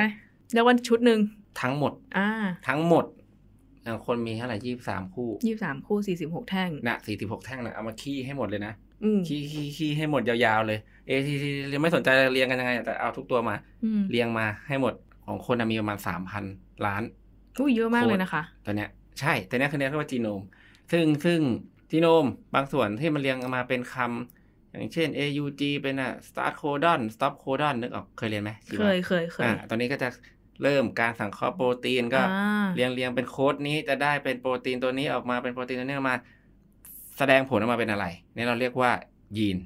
[SPEAKER 1] แล้ววันชุดหนึ่ง
[SPEAKER 2] ทั้งหมด
[SPEAKER 1] อ่า
[SPEAKER 2] ทั้งหมดอ่าคนมีเท่าไหร่ยี่สามคู่
[SPEAKER 1] ยี่สามคู่สี่สิบหกแท่ง
[SPEAKER 2] นะสี่สิบหกแท่งนะเอามาขี้ให้หมดเลยนะ
[SPEAKER 1] อืม
[SPEAKER 2] ขี้ขี้ขี้ให้หมดยาวๆเลย A T T ยังไม่สนใจเรียงกันยังไงแต่เอาทุกตัวมา
[SPEAKER 1] อืม
[SPEAKER 2] เรียงมาให้หมดของคนนะมีประมาณสามพันล้าน
[SPEAKER 1] อุ้ยเยอะมากเลยนะคะ
[SPEAKER 2] ตัวเนี้ยใช่ตัวเนี้ยคือเรียกว่าจีโนม ซึ่งซึ่งจีโนมบางส่วนที่มันเรียงออกมาเป็นคำ อย่างเช่น AUG เป็นอ่ะ start codon stop codon นึกออกเคยเรียนไหมชีวะ
[SPEAKER 1] เคยเคยเคย
[SPEAKER 2] อ่าตอนนี้ก็จะเริ่มการสังเคราะห์โปรตีนก็
[SPEAKER 1] อ่า
[SPEAKER 2] เรียงเรียงเป็นโค้ดนี้จะได้เป็นโปรตีนตัวนี้ออกมาเป็นโปรตีนตัวนี้ออกมา แสดงผลออกมาเป็นอะไรเนี่ยเราเรียกว่ายีน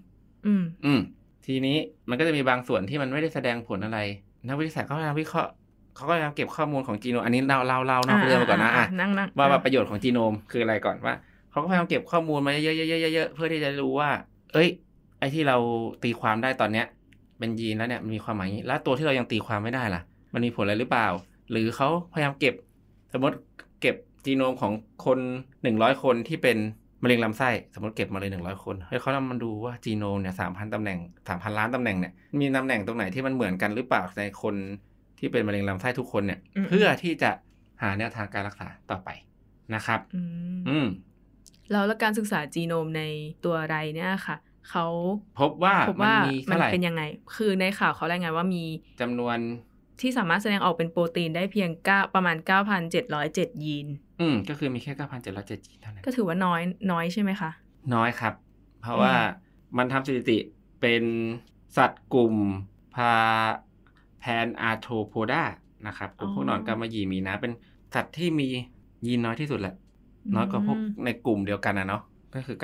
[SPEAKER 1] อืม
[SPEAKER 2] อืม ทีนี้มันก็จะมีบางส่วนที่มันไม่ได้แสดงผลอะไร นักวิทยาศาสตร์เขาพยายามวิเคราะห์เขาก็พยายามเก็บข้อมูลของจีโนมอันนี้เราเราเรานอกเรื่องมาก่อนนะอ่ะ
[SPEAKER 1] นั่งนั่ง
[SPEAKER 2] ว่าว่าประโยชน์ของจีโนมคืออะไรก่อนว่าเขาก็พยายามเก็บข้อมูลมาเยอะๆๆๆๆเพื่อที่จะรู้ว่า เอ้ย ไอ้ที่เราตีความได้ตอนเนี้ย เป็นยีนแล้วเนี่ยมันมีความหมายอย่างนี้แล้วตัวที่เรายังตีความไม่ได้ล่ะ มันมีผลอะไรหรือเปล่า หรือเขาพยายามเก็บ สมมติเก็บจีโนมของคนหนึ่งร้อยคนที่เป็นมะเร็งลำไส้ สมมติเก็บมาเลยหนึ่งร้อยคนเฮ้ยเขานำมาดูว่าจีโนมเนี่ยสามพันตำแหน่งสามพันล้านตำแหน่งเนี่ยมีตำแหน่งตรงไหนที่มันเหมือนกันหรือเปล่าในคนที่เป็นมะเร็งลำไส้ทุกคนเนี่ย
[SPEAKER 1] ม
[SPEAKER 2] เพื่อที่จะหาแนวทางการรักษาต่อไปนะครับ
[SPEAKER 1] ม
[SPEAKER 2] อืม
[SPEAKER 1] แล้วแล้วการศึกษาจีโนมในตัวไรเนี่ยค่ะ เขา
[SPEAKER 2] พบว่า
[SPEAKER 1] พบ
[SPEAKER 2] มัน
[SPEAKER 1] ว่า
[SPEAKER 2] มี
[SPEAKER 1] มั
[SPEAKER 2] เท่าไหร่
[SPEAKER 1] เป็นยังไง คือในข่าวเขารายงานว่ามี
[SPEAKER 2] จำนวน
[SPEAKER 1] ที่สามารถแสดงออกเป็นโปรตีนได้เพียงเก้าประมาณ 9,707 ยีน
[SPEAKER 2] อืม ก็คือมีแค่เก้าพันเจ็ดร้อยเจ็ดจีนเท่านั้น
[SPEAKER 1] ก็ถือว่าน้อยน้อยใช่ไหมคะ
[SPEAKER 2] น้อยครับ เพราะว่ามันทำสถิติเป็นสัตว์กลุ่มพาแพนอาโทโพดานะครับกลุ่มพว
[SPEAKER 1] อ๋
[SPEAKER 2] ก
[SPEAKER 1] อ
[SPEAKER 2] หนอนกำมะหยี่หมีนะ เป็นสัตว์ที่มียีนน้อยที่สุดแหละ น้อยกว่าพวก
[SPEAKER 1] ม
[SPEAKER 2] ในกลุ่มเดียวกันนะเนาะก็คือ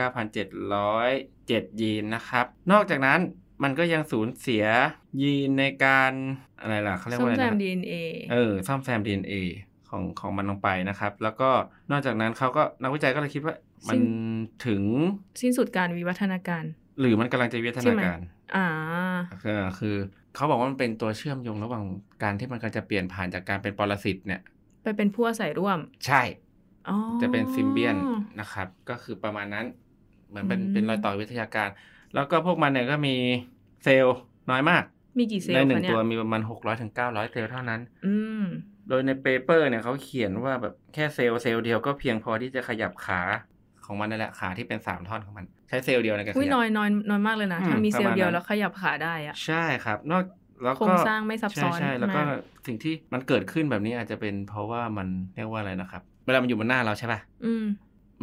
[SPEAKER 2] 9,707 ยีนนะครับ นอกจากนั้นมันก็ยังสูญเสียยีนในการอะไรล่ะเขาเรียก
[SPEAKER 1] ส้ม
[SPEAKER 2] ว่าอะไร
[SPEAKER 1] แซ
[SPEAKER 2] นะค
[SPEAKER 1] ม
[SPEAKER 2] รับ
[SPEAKER 1] ดีเอ็นเอ
[SPEAKER 2] เออซ่อมแซม DNA ของของมันลงไปนะครับ แล้วก็นอกจากนั้นเขาก็นักวิจัยก็เลยคิดว่า มั
[SPEAKER 1] สิ้
[SPEAKER 2] น
[SPEAKER 1] น
[SPEAKER 2] ถึง
[SPEAKER 1] สิ้นสุดการวิวัฒนาการ
[SPEAKER 2] หรือมันกำลังจะวิวัฒนาการ
[SPEAKER 1] อ่า
[SPEAKER 2] ก็คือเขาบอกว่ามันเป็นตัวเชื่อมโยงระหว่างการที่มันกำลังจะเปลี่ยนผ่านจากการเป็นปรสิตเนี่ย
[SPEAKER 1] ไปเป็นผู้อาศัยร่วม
[SPEAKER 2] ใช่
[SPEAKER 1] อ๋อ
[SPEAKER 2] จะเป็นซิมเบียนนะครับ ก็คือประมาณนั้น เหมือนเป็น
[SPEAKER 1] อืม
[SPEAKER 2] เป็นรอยต่อวิทยาการ แล้วก็พวกมันเนี่ยก็มีเซลล์น้อยมาก
[SPEAKER 1] มีกี่เซลล์คะ
[SPEAKER 2] ในหนึ่ง
[SPEAKER 1] เนี่ย
[SPEAKER 2] ตัวมีประมาณ 600ถึง900 เซลล์เท่านั้น
[SPEAKER 1] อืม
[SPEAKER 2] โดยในเปเปอร์เนี่ยเขาเขียนว่าแบบแค่เซลล์เซลล์เดียวก็เพียงพอที่จะขยับขาของมันนั่นแหละขาที่เป็นสามท่อนของมัน ใช้เซลล์เดียวในการข
[SPEAKER 1] อุ้ย
[SPEAKER 2] ยับ
[SPEAKER 1] น้อยน้อยน้อยมากเลยนะ
[SPEAKER 2] อืม
[SPEAKER 1] ถ้ามี
[SPEAKER 2] ประมา
[SPEAKER 1] เซล
[SPEAKER 2] ณ
[SPEAKER 1] ล์เดียว
[SPEAKER 2] นั้น
[SPEAKER 1] แล้วขยับขาได้อะ
[SPEAKER 2] ใช่ครับ นอกแล้วก็
[SPEAKER 1] โครงสร้างไม่ซับซ้อน
[SPEAKER 2] ใช่ใช่แล้วก็
[SPEAKER 1] มาก
[SPEAKER 2] สิ่งที่มันเกิดขึ้นแบบนี้อาจจะเป็นเพราะว่ามันเรียกว่าอะไรนะครับ เวลามันอยู่บนหน้าเราใช่ป่ะ
[SPEAKER 1] อืม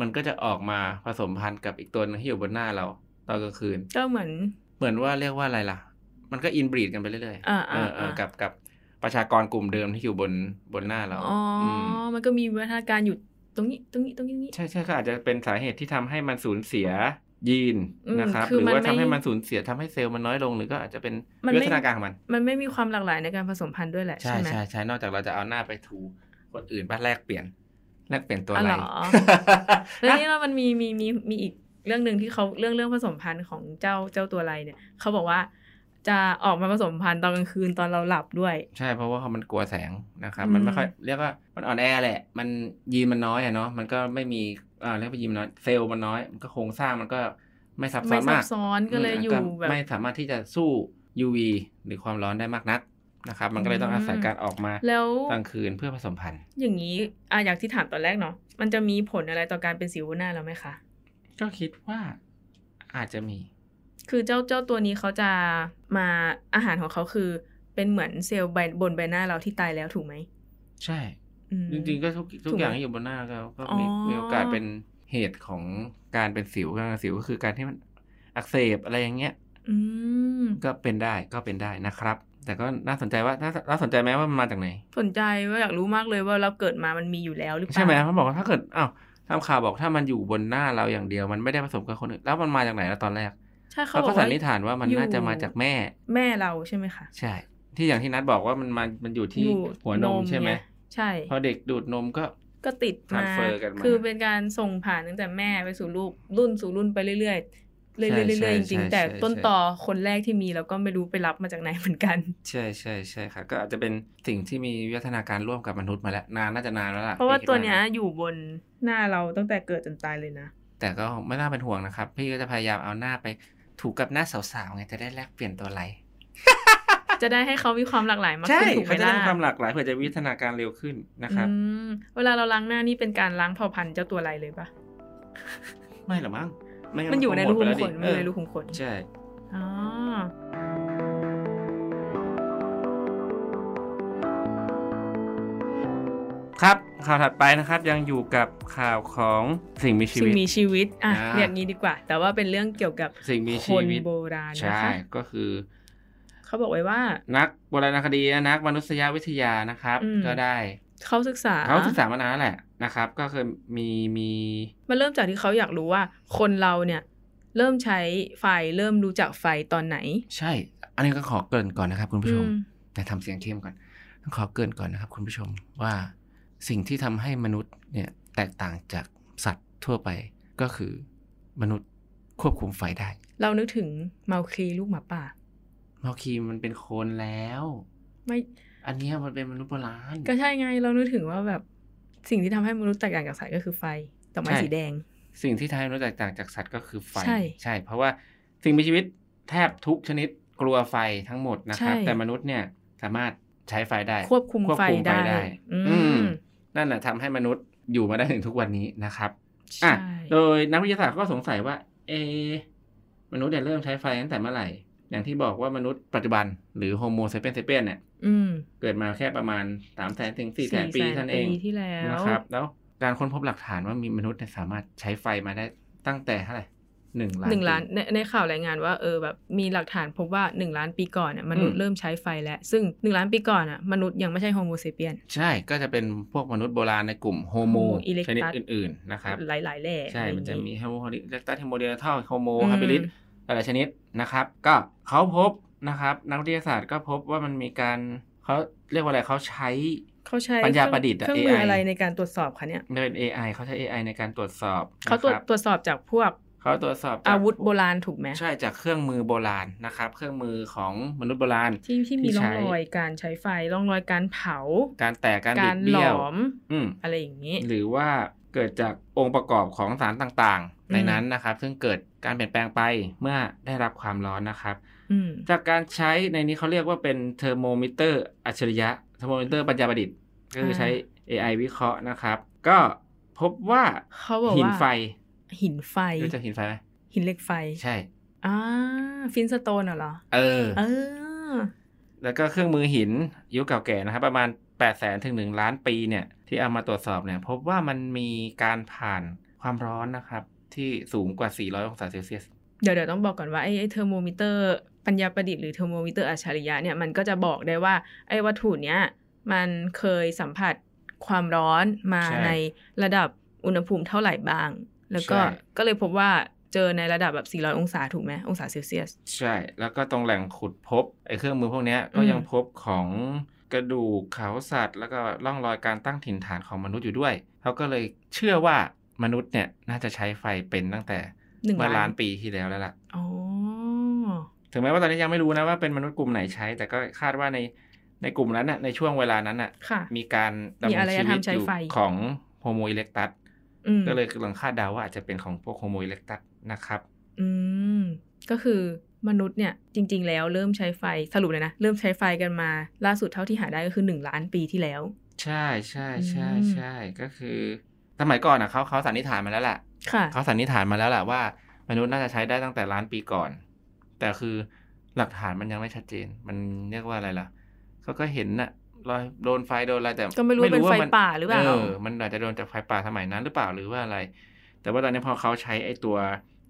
[SPEAKER 2] มันก็จะออกมาผสมพันธุ์กับอีกตัวหนึงที่อยู่บนหน้าเราตอนกลางคืน
[SPEAKER 1] ก็เหมือน
[SPEAKER 2] เหมือนว่าเรียกว่าอะไรล่ะ มันก็อินบรีดกันไปเรื่อย
[SPEAKER 1] อ่า
[SPEAKER 2] เออเออ
[SPEAKER 1] อ่า
[SPEAKER 2] กับกับประชากรกลุ่มเดิมที่อยู่บนบนหน้าเรา
[SPEAKER 1] อ๋ออ
[SPEAKER 2] ม
[SPEAKER 1] มันก็มีวิวัฒนาการอยู่ตรงนี้ตรงนี้ตรงนี้ตรงนี้
[SPEAKER 2] ใช่ใช่ก็อาจจะเป็นสาเหตุที่ทำให้มันสูญเสียยีน
[SPEAKER 1] อืม
[SPEAKER 2] นะครับ
[SPEAKER 1] คือ
[SPEAKER 2] หรือ
[SPEAKER 1] มัน
[SPEAKER 2] ว่า
[SPEAKER 1] ไม่
[SPEAKER 2] ทำให้มันสูญเสียทำให้เซลล์มันน้อยลง หรือก็อาจจะเป็น
[SPEAKER 1] มัน
[SPEAKER 2] วิ
[SPEAKER 1] ไม่
[SPEAKER 2] วัฒนาการของมัน
[SPEAKER 1] มันไม่มีความหลากหลายในการผสมพันธุ์ด้วยแหละใช่ไหม
[SPEAKER 2] ใช่ใช่นอกจากเราจะเอาหน้าไปถูคนอื่นบ้านแลกเปลี่ยนแลกเปลี่ยนตัว
[SPEAKER 1] อ๋อ
[SPEAKER 2] อะไร
[SPEAKER 1] เหรอ แล้วนี่เรามันมีมีมีมีอีกเรื่องหนึ่งที่เขาเรื่องเรื่องผสมพันธุ์ของเจ้าเจ้าตัวอะไรเนี่ยเขาบอกว่าจะออกมาผสมพันธุ์ตอนกลางคืนตอนเราหลับด้วย
[SPEAKER 2] ใช่เพราะว่ามันกลัวแสงนะครับ
[SPEAKER 1] อืม
[SPEAKER 2] มันไม่ค่อยเรียกว่ามันอ่อนแอแหละ มันยีนมันน้อยอะเนาะมันก็ไม่มีอ่าเรียกว่ายีนมันน้อยเซลล์มันน้อยมันก็โครงสร้างมันก็ไม่ซับซ้
[SPEAKER 1] ไม่
[SPEAKER 2] อน
[SPEAKER 1] ซั
[SPEAKER 2] มา
[SPEAKER 1] บ
[SPEAKER 2] ก
[SPEAKER 1] ซ้อนก็เลย
[SPEAKER 2] ม
[SPEAKER 1] อยู่แบบ
[SPEAKER 2] ไม่สามารถที่จะสู้ UV หรือความร้อนได้มากนักนะครับ มันก็เลยต้องอาศัยการออกมา
[SPEAKER 1] แล้ว
[SPEAKER 2] กลางคืนเพื่อผสมพันธุ์
[SPEAKER 1] อย่างนี้อ่ะอยากที่ถามตอนแรกเนาะมันจะมีผลอะไรต่อการเป็นสิวหน้าเราไหมคะ
[SPEAKER 2] ก็คิดว่าอาจจะมี
[SPEAKER 1] คือเจ้าเจ้าตัวนี้เขาจะมาอาหารของเขาคือเป็นเหมือนเซลล์ใบบนใบหน้าเราที่ตายแล้วถูกไหม
[SPEAKER 2] ใช่
[SPEAKER 1] อืม
[SPEAKER 2] จริงๆก็ทุกทุก
[SPEAKER 1] ถูกไหม
[SPEAKER 2] อย่างที่อยู่บนหน้าก็ก็มี
[SPEAKER 1] อ๋อ
[SPEAKER 2] มีโอกาสเป็นเหตุของการเป็นสิวการสิวก็คือการที่มันอักเสบอะไรอย่างเงี้ย
[SPEAKER 1] อืม
[SPEAKER 2] ก็เป็นได้ก็เป็นได้นะครับ แต่ก็น่าสนใจว่าน่าน่าสนใจไหมว่ามันมาจากไหน
[SPEAKER 1] สนใจว่าอยากรู้มากเลยว่าเราเกิดมามันมีอยู่แล้วหรือเปล่า
[SPEAKER 2] ใช่ไหมเขาบอกว่าถ้าเกิดอ้าวทำข่าวบอกถ้ามันอยู่บนหน้าเราอย่างเดียว มันไม่ได้ผสมกับคนอื่นแล้วมันมาจากไหนล่ะตอนแรก
[SPEAKER 1] ใช่เขา
[SPEAKER 2] เขา
[SPEAKER 1] บ
[SPEAKER 2] ก็
[SPEAKER 1] อก
[SPEAKER 2] สัน
[SPEAKER 1] ว่า
[SPEAKER 2] นิษฐานว่ามัน
[SPEAKER 1] อยู่
[SPEAKER 2] น่าจะมาจากแม่
[SPEAKER 1] แม่เราใช่ไหมคะ
[SPEAKER 2] ใช่ ที่อย่างที่นัดบอกว่ามันมามันอยู่ที่
[SPEAKER 1] อยู่
[SPEAKER 2] หัวนมใช่ไหม
[SPEAKER 1] งใช่
[SPEAKER 2] พอเด็กดูดนมก็
[SPEAKER 1] ก็ติดมา
[SPEAKER 2] transfer กันมา
[SPEAKER 1] คือเป็นการส่งผ่านตั้งแต่แม่ไปสู่ลูกรุ่นสู่รุ่นไปเรื่อยๆเรื่อย
[SPEAKER 2] ใช่
[SPEAKER 1] ๆเรื่อยๆจริง
[SPEAKER 2] ใช่
[SPEAKER 1] ๆแต่
[SPEAKER 2] ใช่
[SPEAKER 1] ต้น
[SPEAKER 2] ใช่
[SPEAKER 1] ต่อคนแรกที่มีเราก็ไม่รู้ไปรับมาจากไหนเหมือนกัน
[SPEAKER 2] ใช่ใช่ใช่ค่ะก็อาจจะเป็นสิ่งที่มีวิวัฒนาการร่วมกับมนุษย์มาแล้วนานน่าจะนานแล้วล่ะ
[SPEAKER 1] เพราะว่า
[SPEAKER 2] พี่คิด
[SPEAKER 1] ตัวเนี้ยอยู่บนหน้าเราตั้งแต่เกิดจนตายเลยนะ
[SPEAKER 2] แต่ก็ไม่น่าเป็นห่วงนะครับ พี่ก็จะพยายามเอาหน้าไปถูกกับหน้าสาวๆไงจะได้แลกเปลี่ยนตัวไหล
[SPEAKER 1] จะได้ให้เขามีความหลากหลายมาก
[SPEAKER 2] ใช่
[SPEAKER 1] ขึ้นถูกไหม
[SPEAKER 2] เขาจะ
[SPEAKER 1] ล่ะ
[SPEAKER 2] ได้มีความหลากหลายเพื่อจะวิวัฒนาการเร็วขึ้นนะครับ
[SPEAKER 1] อืมเวลาเราล้างหน้านี่เป็นการล้างเผ่าพันธุ์เจ้าตัวอะไรเลยปะ
[SPEAKER 2] ไม่หรอมั้งไงั้
[SPEAKER 1] มันอยู่ในรู
[SPEAKER 2] ค
[SPEAKER 1] ขุ
[SPEAKER 2] ง
[SPEAKER 1] ม
[SPEAKER 2] หด
[SPEAKER 1] ขน
[SPEAKER 2] ไปแล้วดิ
[SPEAKER 1] มันอยู่ในรูขุมขน
[SPEAKER 2] เออใช่
[SPEAKER 1] อ๋อ
[SPEAKER 2] ครับ ข่าวถัดไปนะครับยังอยู่กับข่าวของสิ่งมีชี
[SPEAKER 1] สิ่ง
[SPEAKER 2] วิต
[SPEAKER 1] มีชีวิตอ่ะ
[SPEAKER 2] อ่า
[SPEAKER 1] เรียกงี้ดีกว่า แต่ว่าเป็นเรื่องเกี่ยวกับ
[SPEAKER 2] สิ่งมี
[SPEAKER 1] ค
[SPEAKER 2] ชี
[SPEAKER 1] น
[SPEAKER 2] วิต
[SPEAKER 1] โบราณนะ
[SPEAKER 2] ใช่
[SPEAKER 1] คะ
[SPEAKER 2] ก็คือ
[SPEAKER 1] เขาบอกไว้ว่า
[SPEAKER 2] นักโบราณคดีและนักมนุษยวิทยานะครับ
[SPEAKER 1] อืม
[SPEAKER 2] ก็ได้
[SPEAKER 1] เขาศึกษา
[SPEAKER 2] เขาศึกษามานานแล้วแหละนะครับ ก็คือมีมี
[SPEAKER 1] มันเริ่มจากที่เขาอยากรู้ว่า คนเราเนี่ย เริ่มใช้ไฟเริ่มรู้จักไฟตอนไหน
[SPEAKER 2] ใช่ อันนี้ก็ขอเกริ่นก่อนนะครับคุณผู้ชม
[SPEAKER 1] อืม
[SPEAKER 2] แต่ทำเสียงเข้มก่อนต้องขอเกรินก่อนนะครับ คุณผู้ชมว่าสิ่งที่ทำให้มนุษย์เนี่ยแตกต่างจากสัตว์ทั่วไปก็คือมนุษย์ควบคุมไฟได้
[SPEAKER 1] เรานึกถึงเมาคลีลูกหมาป่า
[SPEAKER 2] เมาคีมันเป็นโคนแล้ว
[SPEAKER 1] ไม่
[SPEAKER 2] อันเนี้ยมันเป็นมนุษย์โบราณ
[SPEAKER 1] ก็ใช่ไงเรานึกถึงว่าแบบสิ่งที่ทำให้มนุษย์แตกต่างจากสัตว์ก็คือไฟดอกไม้
[SPEAKER 2] ใช่
[SPEAKER 1] สีแดง
[SPEAKER 2] สิ่งที่ทำให้มนุษย์แตกต่างจากสัตว์ก็คือไฟ
[SPEAKER 1] ใช่
[SPEAKER 2] ใช่ เพราะว่าสิ่งมีชีวิตแทบทุกชนิดกลัวไฟทั้งหมดนะครับ
[SPEAKER 1] ใช่
[SPEAKER 2] แต่มนุษย์เนี่ยสามารถใช้ไฟได้
[SPEAKER 1] ควบคุม
[SPEAKER 2] ควบ
[SPEAKER 1] ไฟ
[SPEAKER 2] คุมไฟ
[SPEAKER 1] ได้
[SPEAKER 2] ได้
[SPEAKER 1] อื
[SPEAKER 2] อืม
[SPEAKER 1] ม
[SPEAKER 2] นั่นแหละทำให้มนุษย์อยู่มาได้ถึงทุกวันนี้นะครับ
[SPEAKER 1] ใช่
[SPEAKER 2] อ่ะโดยนักวิทยาศาสตร์ก็สงสัยว่า เอะมนุษย์เนี่ยเริ่มใช้ไฟตั้งแต่เมื่อไหร่ อย่างที่บอกว่ามนุษย์ปัจจุบันหรือโฮโมเซเปียนเซเปียนเนี่ย
[SPEAKER 1] อืม
[SPEAKER 2] เกิดมาแค่ประมาณ3 0 0แสนถึง4 0 0แสนปีเท่านั้นเอง
[SPEAKER 1] ปีที่แล้ว
[SPEAKER 2] นะครับ แล้วการค้นพบหลักฐานว่ามีมนุษย์เนี่ยสามารถใช้ไฟมาได้ตั้งแต่เท่าไหร่หนึ่งล้าน
[SPEAKER 1] หนึ่งล้าน
[SPEAKER 2] ปี
[SPEAKER 1] ในในข่าวรายงานว่าเออแบบมีหลักฐานพบว่าหนึ่งล้านปีก่อนน่ะมนุษ
[SPEAKER 2] อื
[SPEAKER 1] ย์
[SPEAKER 2] ม
[SPEAKER 1] เริ่มใช้ไฟแล้ว ซึ่งหนึ่งล้านปีก่อนอ่ะมนุษย์ยังไม่ใช่โฮโมเซเปียน
[SPEAKER 2] ใช่ก็จะเป็นพวกมนุษย์โบราณในกลุ่มโฮโม
[SPEAKER 1] Homo erectus
[SPEAKER 2] ชนิดอื่นๆนะครับ
[SPEAKER 1] หลายหลายๆแหล่
[SPEAKER 2] ใช่
[SPEAKER 1] อไรอ
[SPEAKER 2] มัน
[SPEAKER 1] ย่าง
[SPEAKER 2] จะ
[SPEAKER 1] งี้
[SPEAKER 2] มีโฮโมฮอลิเลกตัสเทโมเดลทัลโฮโม
[SPEAKER 1] อืม
[SPEAKER 2] ฮาบิลิส หลายๆชนิดนะครับ ก็เขาพบนะครับ นักวิทยาศาสตร์ก็พบว่ามันมีการเขาเรียกว่าอะไรเขาใช้
[SPEAKER 1] เขาใช้
[SPEAKER 2] ปัญญาประดิษฐ์อะ
[SPEAKER 1] เครื่องมือ
[SPEAKER 2] AI
[SPEAKER 1] อะไรในการตรวจสอบคะเนี่ย
[SPEAKER 2] เป็น AI เขาใช้ AI ในการตรวจสอบ
[SPEAKER 1] เขาตรวจ
[SPEAKER 2] นะคบ
[SPEAKER 1] ตรวจสอบจากพวก
[SPEAKER 2] เขาตรวจสอบจก
[SPEAKER 1] อาวุธโบราณถูกไหม
[SPEAKER 2] ใช่จากเครื่องมือโบราณนะครับ เครื่องมือของมนุษย์โบราณ
[SPEAKER 1] ที่ที่มี
[SPEAKER 2] ที่
[SPEAKER 1] ร่อ
[SPEAKER 2] ใช้
[SPEAKER 1] งรอยการใช้ไฟร่องรอยการเผา
[SPEAKER 2] การแตกการ
[SPEAKER 1] การ
[SPEAKER 2] บิด
[SPEAKER 1] หล
[SPEAKER 2] เบี้ยว
[SPEAKER 1] อม
[SPEAKER 2] อืม
[SPEAKER 1] อะไรอย่างนี้
[SPEAKER 2] หรือว่าเกิดจากองค์ประกอบของสารต่างๆ ใน
[SPEAKER 1] อืม
[SPEAKER 2] นั้นนะครับ ซึ่งเกิดการเปลี่ยนแปลงไปเมื่อได้รับความร้อนนะครับ
[SPEAKER 1] อืม
[SPEAKER 2] จากการใช้ในนี้เขาเรียกว่าเป็นเทอร์โมมิเตอร์อัจฉริยะเทอร์โมมิเตอร์ปัญญาประดิษฐ์ ก็คือใช้ AI วิเคราะห์นะครับ ก็พบว่า
[SPEAKER 1] เขาบอกว่า
[SPEAKER 2] หินไฟ
[SPEAKER 1] หินไฟ
[SPEAKER 2] รู้จักหินไฟไหม
[SPEAKER 1] หินเหล็กไฟ
[SPEAKER 2] ใช่
[SPEAKER 1] อ่าฟินสโตนเหรอ
[SPEAKER 2] เออ
[SPEAKER 1] เออ
[SPEAKER 2] แล้วก็เครื่องมือหินยุคเก่าแก่นะครับ ประมาณ 8 0 0แสนถึง 1 ล้านปีเนี่ยที่เอามาตรวจสอบเนี่ย พบว่ามันมีการผ่านความร้อนนะครับ ที่สูงกว่า 400 องศาเซลเซียส
[SPEAKER 1] เดี๋ยวเดี๋ยวต้องบอกก่อนว่าไอ้ไอ้เทอร์โมมิเตอร์ปัญญาประดิษฐ์หรือเทอร์โมมิเตอร์อัจฉริยะเนี่ยมันก็จะบอกได้ว่าไอ้วัตถุเนี้ยมันเคยสัมผัสความร้อนมา
[SPEAKER 2] ใช่
[SPEAKER 1] ในระดับอุณหภูมิเท่าไหร่บ้าง แล้วก็
[SPEAKER 2] ใช่
[SPEAKER 1] ก็เลยพบว่าเจอในระดับแบบ 400 องศาถูกไหมองศาเซลเซียส
[SPEAKER 2] ใช่ แล้วก็ตรงแหล่งขุดพบไอ้เครื่องมือพวกเนี้ยก็
[SPEAKER 1] อืม
[SPEAKER 2] ยังพบของกระดูกเขาสัตว์ แล้วก็ร่องรอยการตั้งถิ่นฐานของมนุษย์อยู่ด้วย เขาก็เลยเชื่อว่ามนุษย์เนี่ยน่าจะใช้ไฟเป็นตั้งแต่
[SPEAKER 1] หนึ่ง
[SPEAKER 2] เมื่อล้า
[SPEAKER 1] ล้าน น
[SPEAKER 2] ปีที่แล้วแล้วล่ะ
[SPEAKER 1] อ๋อ
[SPEAKER 2] ถึงแม้ว่าตอนนี้ยังไม่รู้นะว่าเป็นมนุษย์กลุ่มไหนใช้ แต่ก็คาดว่าในในกลุ่มนั้นน่ะในช่วงเวลานั้นน่ะ
[SPEAKER 1] ค่ะ
[SPEAKER 2] มีการดำ
[SPEAKER 1] มี
[SPEAKER 2] รง
[SPEAKER 1] อารย
[SPEAKER 2] ชี
[SPEAKER 1] ธรร
[SPEAKER 2] วิต
[SPEAKER 1] มใช้
[SPEAKER 2] อยู่
[SPEAKER 1] ไฟ
[SPEAKER 2] ของโฮโมอิเล็กตัส
[SPEAKER 1] อืม
[SPEAKER 2] ก็เลยกำลังคาดเดาว่าอาจจะเป็นของพวกโฮโมอิเล็กตัสนะครับ
[SPEAKER 1] อืมก็คือมนุษย์เนี่ยจริง ๆ แล้วเริ่มใช้ไฟสรุปเลยนะ เริ่มใช้ไฟกันมาล่าสุดเท่าที่หาได้ก็คือ 1 ล้านปีที่แล้ว
[SPEAKER 2] ใช่ใช่ใช่
[SPEAKER 1] อืม
[SPEAKER 2] ใช่ก็คือสมัยก่อนอ่ะเขาเขาสันนิษฐานมาแล้วแหละ
[SPEAKER 1] ค่ะ
[SPEAKER 2] เขาสันนิษฐานมาแล้วแหละว่า มนุษย์น่าจะใช้ได้ตั้งแต่ล้านปีก่อน แต่คือหลักฐานมันยังไม่ชัดเจน มันเรียกว่าอะไรล่ะเขาก็เห็นน่ะรอยโดนไฟโดนอะไรแต่
[SPEAKER 1] ก็ไม่รู้เป็น
[SPEAKER 2] ว่
[SPEAKER 1] ไฟป่าหรือเปล่า
[SPEAKER 2] เออมันอาจจะโดนจากไฟป่าสมัยนั้นหรือเปล่าหรือว่าอะไร แต่ว่าตอนนี้พอเขาใช้ไอ้ตัว